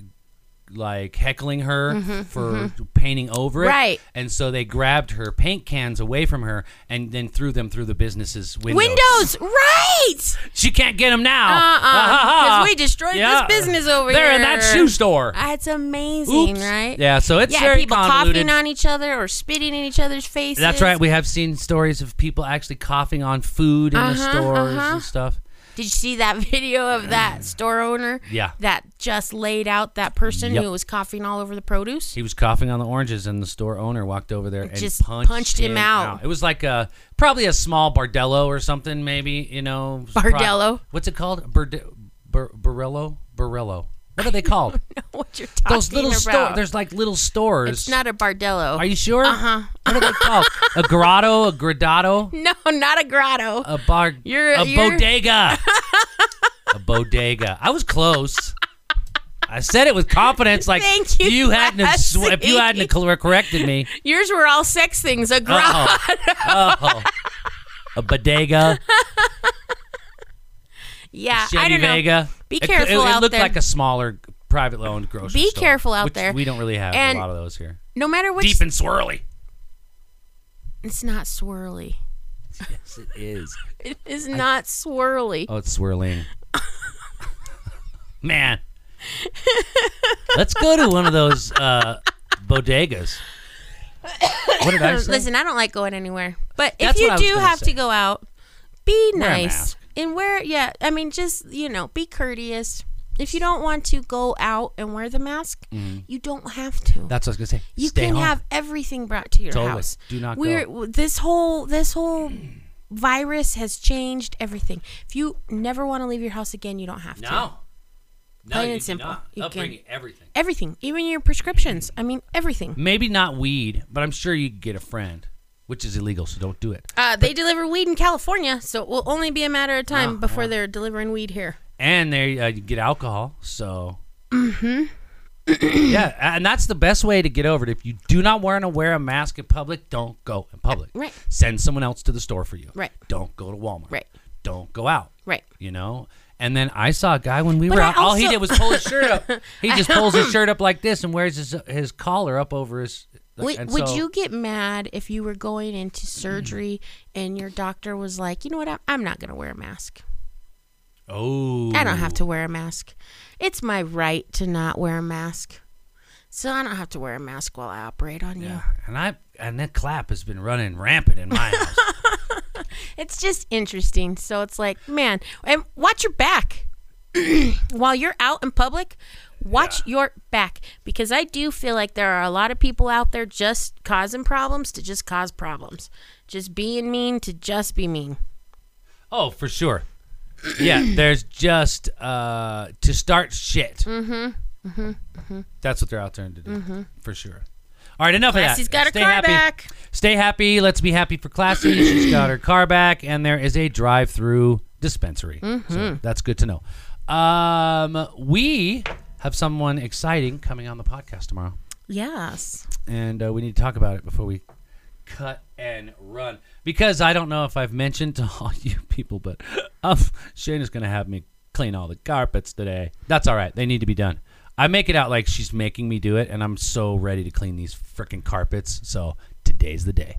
like heckling her for painting over it,
Mm-hmm, Right.
And so they grabbed her paint cans away from her and then threw them through the business's windows.
windows, right?
She can't get them now.
Uh-uh,
Ah, ha, ha. *laughs*
'cause we destroyed this business over
They're in that
here.
shoe store.
It's amazing,
Oops.
right?
Yeah, so it's
Yeah,
very
people
convoluted.
coughing on each other or spitting in each other's faces.
That's right. We have seen stories of people actually coughing on food in the
Uh-huh,
stores
uh-huh.
and stuff.
Did you see that *laughs* video of that store owner
Mm. Yeah.
that just laid out that person
Yep.
who was coughing all over the produce?
He was coughing on the oranges, and the store owner walked over there and
just
punched,
punched him out.
It was like a probably a small Bardello or something, maybe you know. pro-
Bardello?
what's it called? Burde, Bar- Barello, Barello. What are they
*laughs*
called?
*laughs* what you're talking
Those little
about?
stores. There's like little stores.
it's not Uh-huh. a Bardello.
Are you sure? Uh huh. What are they
*laughs*
called? a grotto, a gradato,
no, not a grotto.
a bar,
You're-
a
you're- *laughs*
bodega, a bodega. I was close. I said it with confidence. Like
Thank you,
if you hadn't have sw- if you hadn't have cor- corrected
*laughs*
me.
Yours were all sex things. A grotto.
Uh-uh. Oh. A bodega,
yeah, *laughs* I
Chevy
don't know.
Vega.
Be
It- It,
careful
it
out
looked
there.
like a smaller privately owned grocery
Be
store,
careful out
which
there.
We don't really have
And
a lot of those here.
No matter which,
Deep and swirly.
it's not swirly.
Yes, it is.
It is not swirly.
Oh, it's swirling. Man. Let's go to one of those uh, bodegas. What did I say?
Um, Listen, I don't like going anywhere. But
That's
if you
what I was
do
gonna
have
say.
to go out, be
Wear a
nice
mask.
and wear. Yeah, I mean, just you know, be courteous. If you don't want to go out and wear the mask,
Mm-hmm.
you don't have to.
That's what I was going to say.
you
Stay
can
home.
have everything brought to your
Totally.
house.
Do not
We're
go.
w- this whole this whole virus has changed everything. If you never want to leave your house again, you don't have to.
No. No,
Plain
you
and
do
simple.
not.
You can-
Upbringing, everything.
Everything, even your prescriptions. I mean, everything.
Maybe not weed, but I'm sure you could get a friend, which is illegal, so don't do it.
Uh, they deliver weed in California, so it will only be a matter of time
Ah,
before they're delivering weed here.
And there uh, you get alcohol, so. Mm-hmm. yeah, and that's the best way to get over it. If you do not want to wear a mask in public, don't go in public.
Right.
Send someone else to the store for you.
Right.
Don't go to Walmart.
Right.
Don't go out.
Right.
You know. And then I saw a guy when we
But
were
I
out. all he
also-
did was pull his shirt up.
*laughs*
He just pulls his shirt up like this and wears his his collar up over his.
Would,
and
would
so-
you get mad if you were going into surgery and your doctor was like, you know what, I'm, I'm not going to wear a mask.
Oh.
I don't have to wear a mask. It's my right to not wear a mask. So I don't have to wear a mask while I operate on you.
Yeah, and I and that clap has been running rampant in my
*laughs*
house.
It's just interesting. So it's like, man, and watch your back. *clears throat* While you're out in public, watch your back because I do feel like there are a lot of people out there just causing problems to just cause problems. Just being mean to just be mean.
oh, for sure.
*clears throat*
Yeah, there's just uh, to start shit. Mm-hmm. Mm-hmm.
mm-hmm.
That's what they're out there to do, for sure. All right, enough of that.
He's Mm-hmm. got her
Stay
car
happy.
back.
Stay happy. Let's be happy for Classy.
*clears throat*
She's got her car back, and there is a drive-through dispensary.
Mm-hmm.
So that's good to know. Um, we have someone exciting coming on the podcast tomorrow.
Yes.
and uh, we need to talk about it before we cut and run because I don't know if I've mentioned to *laughs* all you people, but um, Shayna's gonna have me clean all the carpets today. That's all right; they need to be done. I make it out like she's making me do it, and I'm so ready to clean these freaking carpets. So today's the day.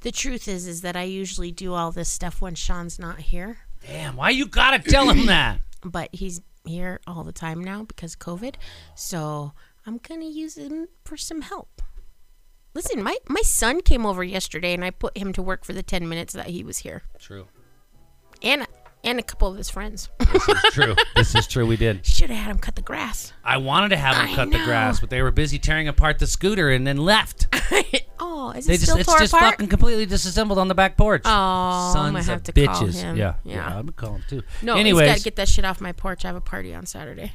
The truth is is that I usually do all this stuff when Sean's not here,
Damn, why you gotta tell *coughs* him that?
but he's here all the time now because COVID. So I'm gonna use him for some help. Listen, my, my son came over yesterday and I put him to work for the ten minutes that he was here.
True.
And and a couple of his friends. *laughs*
This is true. *laughs* this is true. We did.
Should have had him cut the grass.
I wanted to have them
I
cut the
know.
grass, but they were busy tearing apart the scooter and then left.
oh, is
They
it
just
still
it's
tore
just
apart?
fucking completely disassembled on the back porch.
Oh, I'm
Sons
gonna
of
have to
bitches.
call him.
Yeah,
Yeah.
I'm gonna call him too.
no,
anyways,
he's gotta get that shit off my porch. I have a party on Saturday.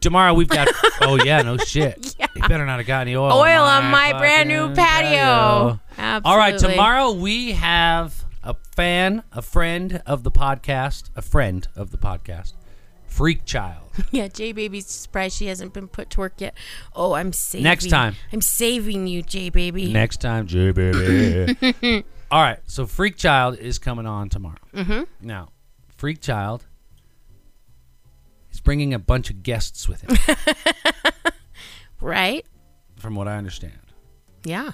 tomorrow we've
*laughs*
got. oh yeah, no shit.
Yeah.
He better not have got any oil.
Oil on my brand new
Oh, fucking
patio.
All right,
Absolutely.
tomorrow we have a fan, a friend of the podcast, a friend of the podcast, Freak Child.
*laughs* Yeah, J Baby's surprised she hasn't been put to work yet. Oh, I'm saving.
time.
I'm saving you, J Baby.
Next time, J baby. All right, so Freak Child is coming on tomorrow. Mm-hmm. Now, Freak Child is bringing a bunch of guests with him,
right?
from what I understand.
Yeah.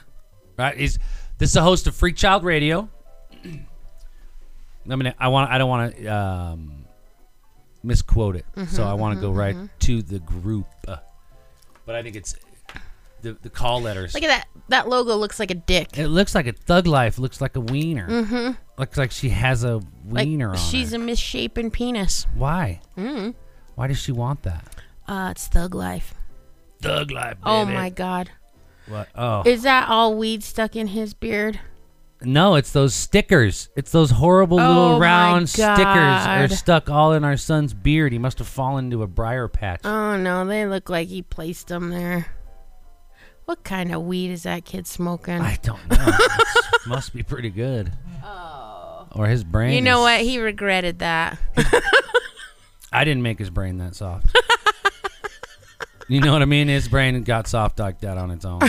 Right? He's this is the host of Freak Child Radio. I mean, I want I don't want to um, misquote it, so I want to go right to the group. Uh, but I think it's the, the call letters.
Look at that. That logo looks like a dick.
it looks like a thug life. Looks like a wiener. Mm-hmm. Looks like she has a
Like
wiener on.
she's Mm-hmm.
her.
a misshapen penis.
why? Mm. Why does she want that?
Uh, it's thug life.
Thug life. Baby.
Oh my god.
What? Oh
Is that all weed stuck in his beard?
no! It's those stickers. It's those horrible
Oh
little
my
round stickers are
God.
stuck all in our son's beard. He must have fallen into a briar patch.
Oh no, they look like he placed them there. What kind of weed is that kid smoking?
I don't know. It's- *laughs* must be pretty good. Oh. Or his brain.
you know
is-
what? He regretted that.
I didn't make his brain that
*laughs*
soft. you know what I mean? His brain got soft like that on its
*laughs*
own.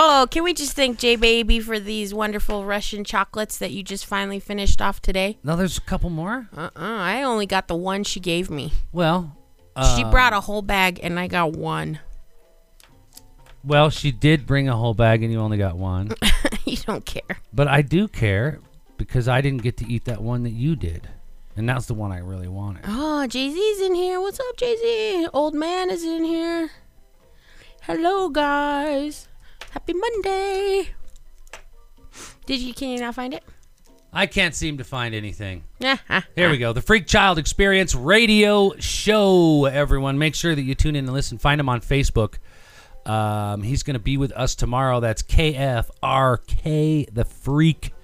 Oh, can we just thank J Baby for these wonderful Russian chocolates that you just finally finished off today?
no, there's a couple more.
Uh uh I only got the one she gave me.
Well, uh,
she brought a whole bag and I got one. *laughs*
Well, she did bring a whole bag, and you only got
*laughs*
one.
you don't care.
but I do care because I didn't get to eat that one that you did, and that's the one I really wanted.
Oh, Jay Z's in here. What's up, Jay Z? Old man is in here. Hello, guys. Happy Monday. Did you? Can you not find it?
I can't seem to find anything.
Yeah.
Here we go. The Freak Child Experience radio show, everyone. Make sure that you tune in and listen. Find him on Facebook. Um, he's going to be with us tomorrow. That's KFRK, the Freak.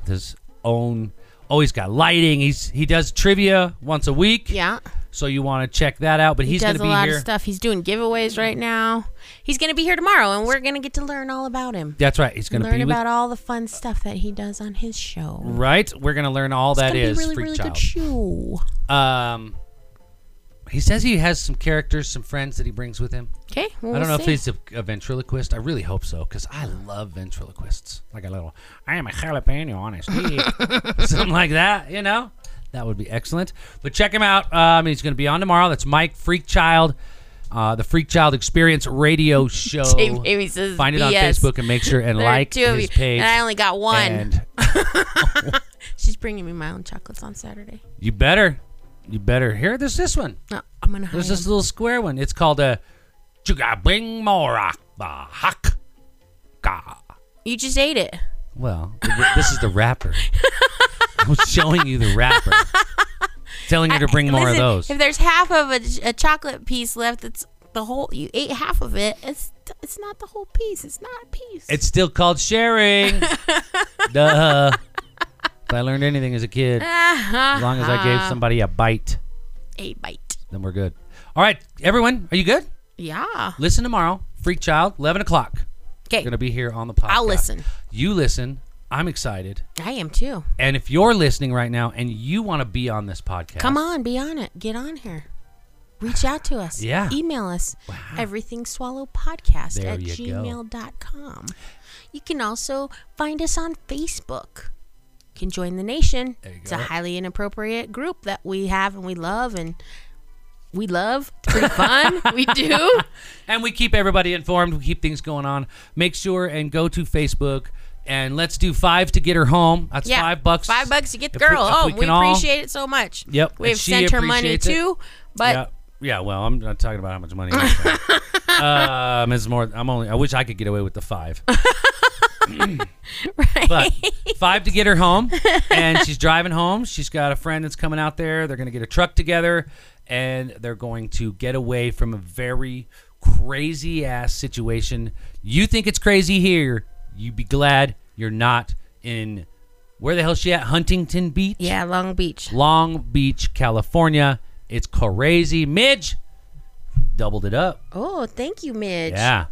With His own. Oh, he's got lighting. He's He does trivia once a week.
Yeah.
So you want to check that out. But he's going
does
to
a
be
lot
here.
of stuff. He's doing giveaways right now. He's going to be here tomorrow, and we're going to get to learn all about him.
That's right. He's going to
Learn
be with.
about all the fun stuff that he does on his show.
Right, we're gonna learn all that
It's gonna
is
be really,
Freak
really
Child.
good show.
um, he says he has some characters, some friends that he brings with him.
Okay, well,
I don't
we'll
know
see.
if he's a, a ventriloquist. I really hope so because I love ventriloquists. Like a little, I am a jalapeno on a
*laughs*
stick," something like that. You know, that would be excellent. But check him out. Um, he's going to be on tomorrow. That's Mike Freakchild, uh, the Freak Child Experience
*laughs*
Radio Show.
Dave Baby says
Find it on
BS.
Facebook and make sure and
There are
like
two of
his
you,
page.
and I only got one.
And
She's bringing me my own chocolates on Saturday.
you better, you better. Here, there's this one.
No, I'm gonna hide
There's
them.
this little square one. It's called a Chugabing Moraka.
You just ate it.
Well, th- this is the
*laughs*
rapper. I was showing you the rapper, telling you to bring more
Listen,
of those.
If there's half of a, a chocolate piece left, it's the whole. You ate half of it. It's it's not the whole piece. It's not a piece.
It's still called
*laughs*
sharing. Duh. If I learned anything as a kid, as long as I gave
*laughs*
somebody a bite,
a bite.
then we're good. All right, everyone, are you good?
Yeah.
Listen tomorrow, Freak Child, eleven o'clock.
Okay.
Going to be here on the podcast.
I'll listen.
You listen. I'm excited.
I am too.
And if you're listening right now and you want to be on this podcast,
Come on, be on it. Get on here. Reach out to us.
Yeah.
Email us. Everything Swallow Podcast
There
at
you go.
gmail.com. You can also find us on Facebook. You can join the nation.
There you
It's
go.
a highly inappropriate group that we have and we love and we love. It's pretty
*laughs*
fun. we do.
And we keep everybody informed. We keep things going on. Make sure and go to Facebook and let's do five to get her home. That's
Yeah.
five bucks.
Five bucks to get the
If we-
girl.
if
oh,
we
we,
can all-
appreciate it so much.
Yep,
We've
and she
sent her money
appreciates it.
too, but
yeah. Yeah, well, I'm not talking about how much money. I spent. um, it's more. I'm only. I wish I could get away with the five. But five to get her home, and she's driving home. She's got a friend that's coming out there. They're going to get a truck together, and they're going to get away from a very crazy ass situation. You think it's crazy here? You be glad you're not in. Where the hell's she at? Huntington Beach.
yeah, Long Beach.
Long Beach, California. It's crazy. Midge doubled it up.
Oh, thank you, Midge.
Yeah.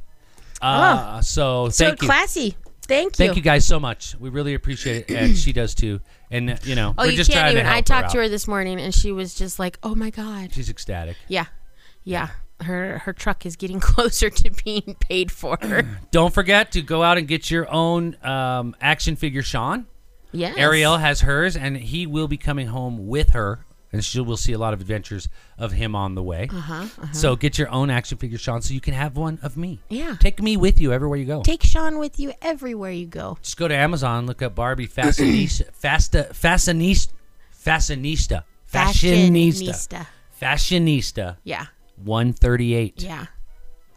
Uh, So
Ah. So
thank you.
classy. Thank you.
Thank you guys so much. We really appreciate it, and she does too. And uh, you know,
Oh,
we're
you
just
can't
trying
even.
to help
I talked to
out.
her this morning, and she was just like, "Oh my god,
She's ecstatic.
yeah, yeah." Her her truck is getting *laughs* closer to being
*clears throat*
paid for.
Don't forget to go out and get your own um, action figure, Sean.
yes.
Ariel has hers, and he will be coming home with her, and she will see a lot of adventures of him on the way. Uh-huh, So get your own action figure, Sean, so you can have one of me.
Yeah.
Take me with you everywhere you go.
Take Sean with you everywhere you go.
just go to Amazon, look up Barbie Fashionista, Fasta, Fashionista, Fashionista, Fashionista,
Fashionista.
Fashionista,
Yeah.
138.
Yeah.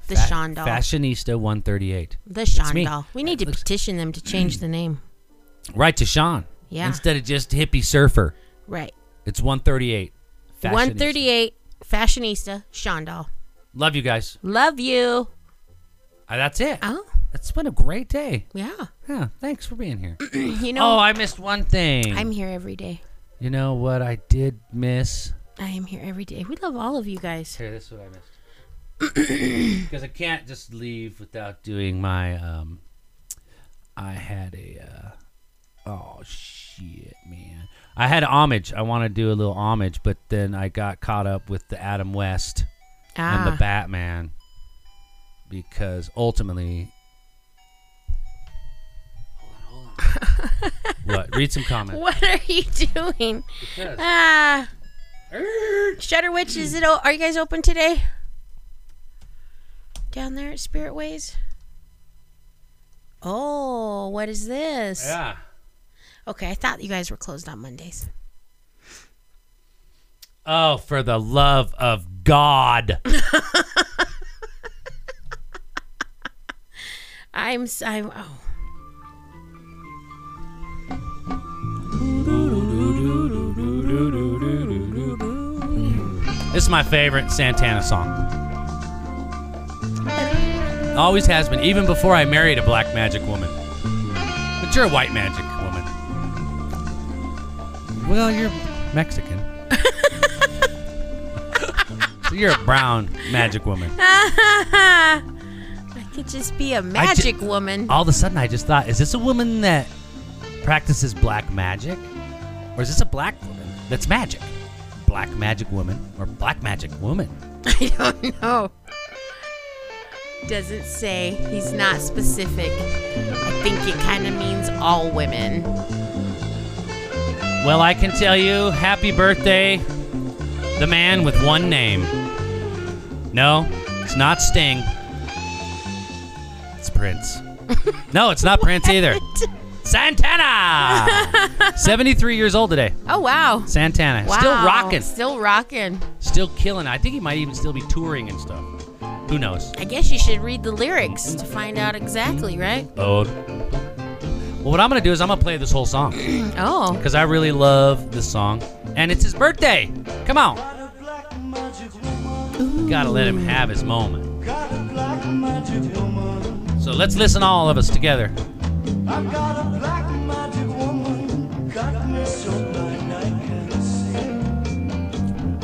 The
Fa-
Shondal.
Fashionista 138.
the
me.
Shondal. We need to
Looks-
petition them to change
*clears throat*
the name.
Right to Sean.
Yeah.
Instead of just hippie surfer,
Right.
it's 138. Fashionista.
138 Fashionista Shondal.
Love you guys.
Love you.
Uh, that's it.
Oh,
It's been a great day.
yeah.
Yeah. Thanks for being here.
You
oh,
know,
I missed one thing.
I'm here every day.
you know what I did miss?
I am here every day. We love all of you guys.
Here, this is what I missed. *clears throat* Because I can't just leave without doing my. Um, I had a. Uh, oh shit, man! I had homage. I want to do a little homage, but then I got caught up with the Adam West and the
Ah,
Batman. Because ultimately. Hold on, hold on. what? Read some *laughs* comments.
*laughs* what are you doing?
Yes.
Ah, Shutter Witch, is it? O- are you guys open today? Down there at Spirit Ways. Oh, what is this?
Yeah.
Okay, I thought you guys were closed on Mondays.
Oh, for the love of God.
I'm. s- I'm. Oh,
This is my favorite Santana song. Always has been, even before I married a black magic woman. But you're a white magic woman. Well, you're Mexican. *laughs* so you're a brown magic woman.
Ah, I could just be a magic woman.
All of a sudden, I just thought, is this a woman that practices black magic? Or is this a black woman that's magic? Black magic woman or black magic woman?
*laughs* I don't know. Doesn't say. He's not specific. I think it kind of means all women.
Well, I can tell you, happy birthday, the man with one name. No, it's not Sting. It's Prince. No, it's not Prince either. Santana! 73 years old today.
Oh wow.
Santana.
Wow.
Still rocking.
Still rocking.
Still killing. it. I think he might even still be touring and stuff. Who knows?
I guess you should read the lyrics to find out exactly, right?
Oh. Well, what I'm going to do is I'm going to play this whole song.
Oh.
because I really love this song, and it's his birthday. Come on, gotta let him have his moment. So let's listen, all of us together.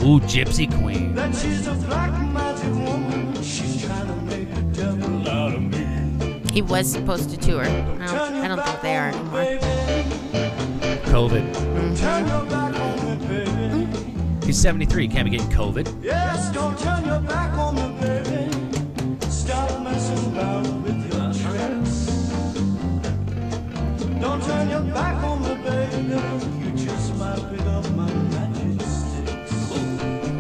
Ooh, Gypsy Queen.
He was supposed to tour. I don't, I don't think they are anymore.
COVID. He's 73. Can't be getting COVID.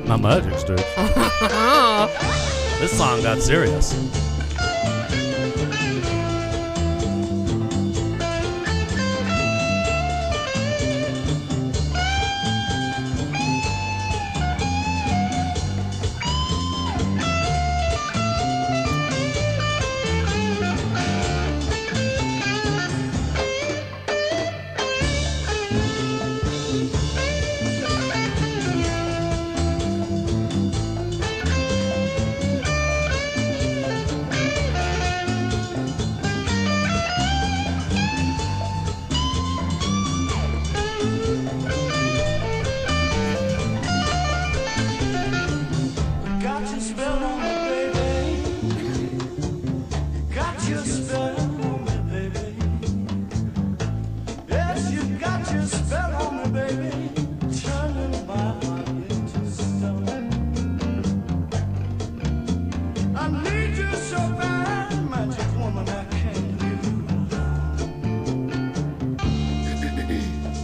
My magic stick.
Oh.
This song got serious.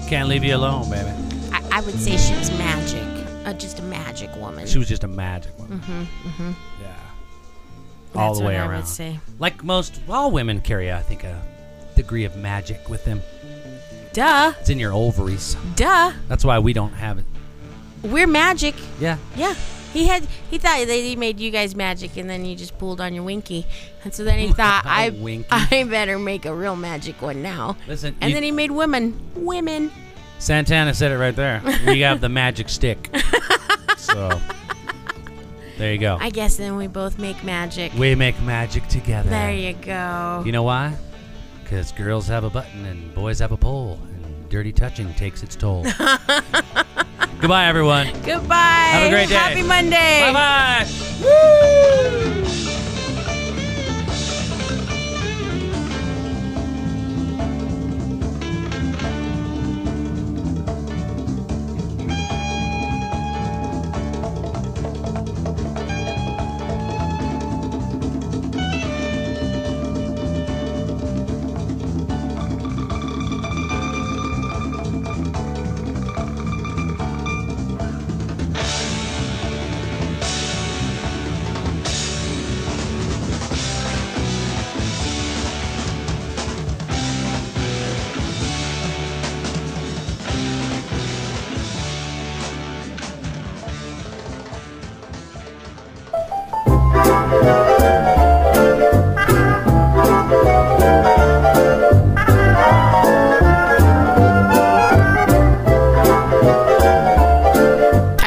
Can't leave you alone, baby.
I, I would say she was magic. Uh, just a magic woman.
She was just a magic woman. Mm-hmm, mm-hmm. Yeah. all
That's
the way
what
around.
I would say.
Like most, all women carry, I think, a degree of magic with them.
Duh.
It's in your ovaries.
Duh.
That's why we don't have it.
We're magic.
Yeah.
Yeah. He had he thought that he made you guys magic, and then you just pulled on your winky, and
*laughs*
so then he thought I
Winky.
*laughs* I better make a real magic one now.
Listen,
And
you-
then he made women women.
Santana said it right
*laughs*
there. We have the magic stick. so there you go.
I guess then we both make magic.
we make magic together.
There you go.
You know why? Because girls have a button and boys have a pole, and dirty touching takes its
*laughs*
toll. Goodbye, everyone.
Goodbye.
a great day.
Happy Monday.
Bye bye.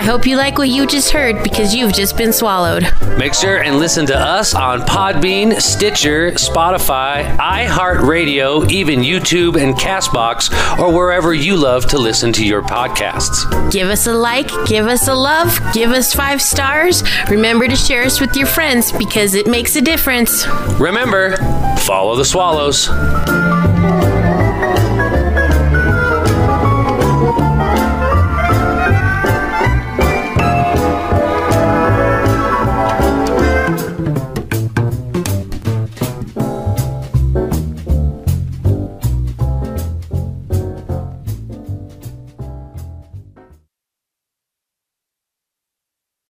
I hope you like what you just heard because you've just been swallowed.
Make sure and listen to us on Podbean, Stitcher, Spotify, iHeartRadio, even YouTube and Castbox, or wherever you love to listen to your podcasts.
Give us a like, give us a love, give us five stars. Remember to share us with your friends because it makes a difference.
Remember, follow the swallows.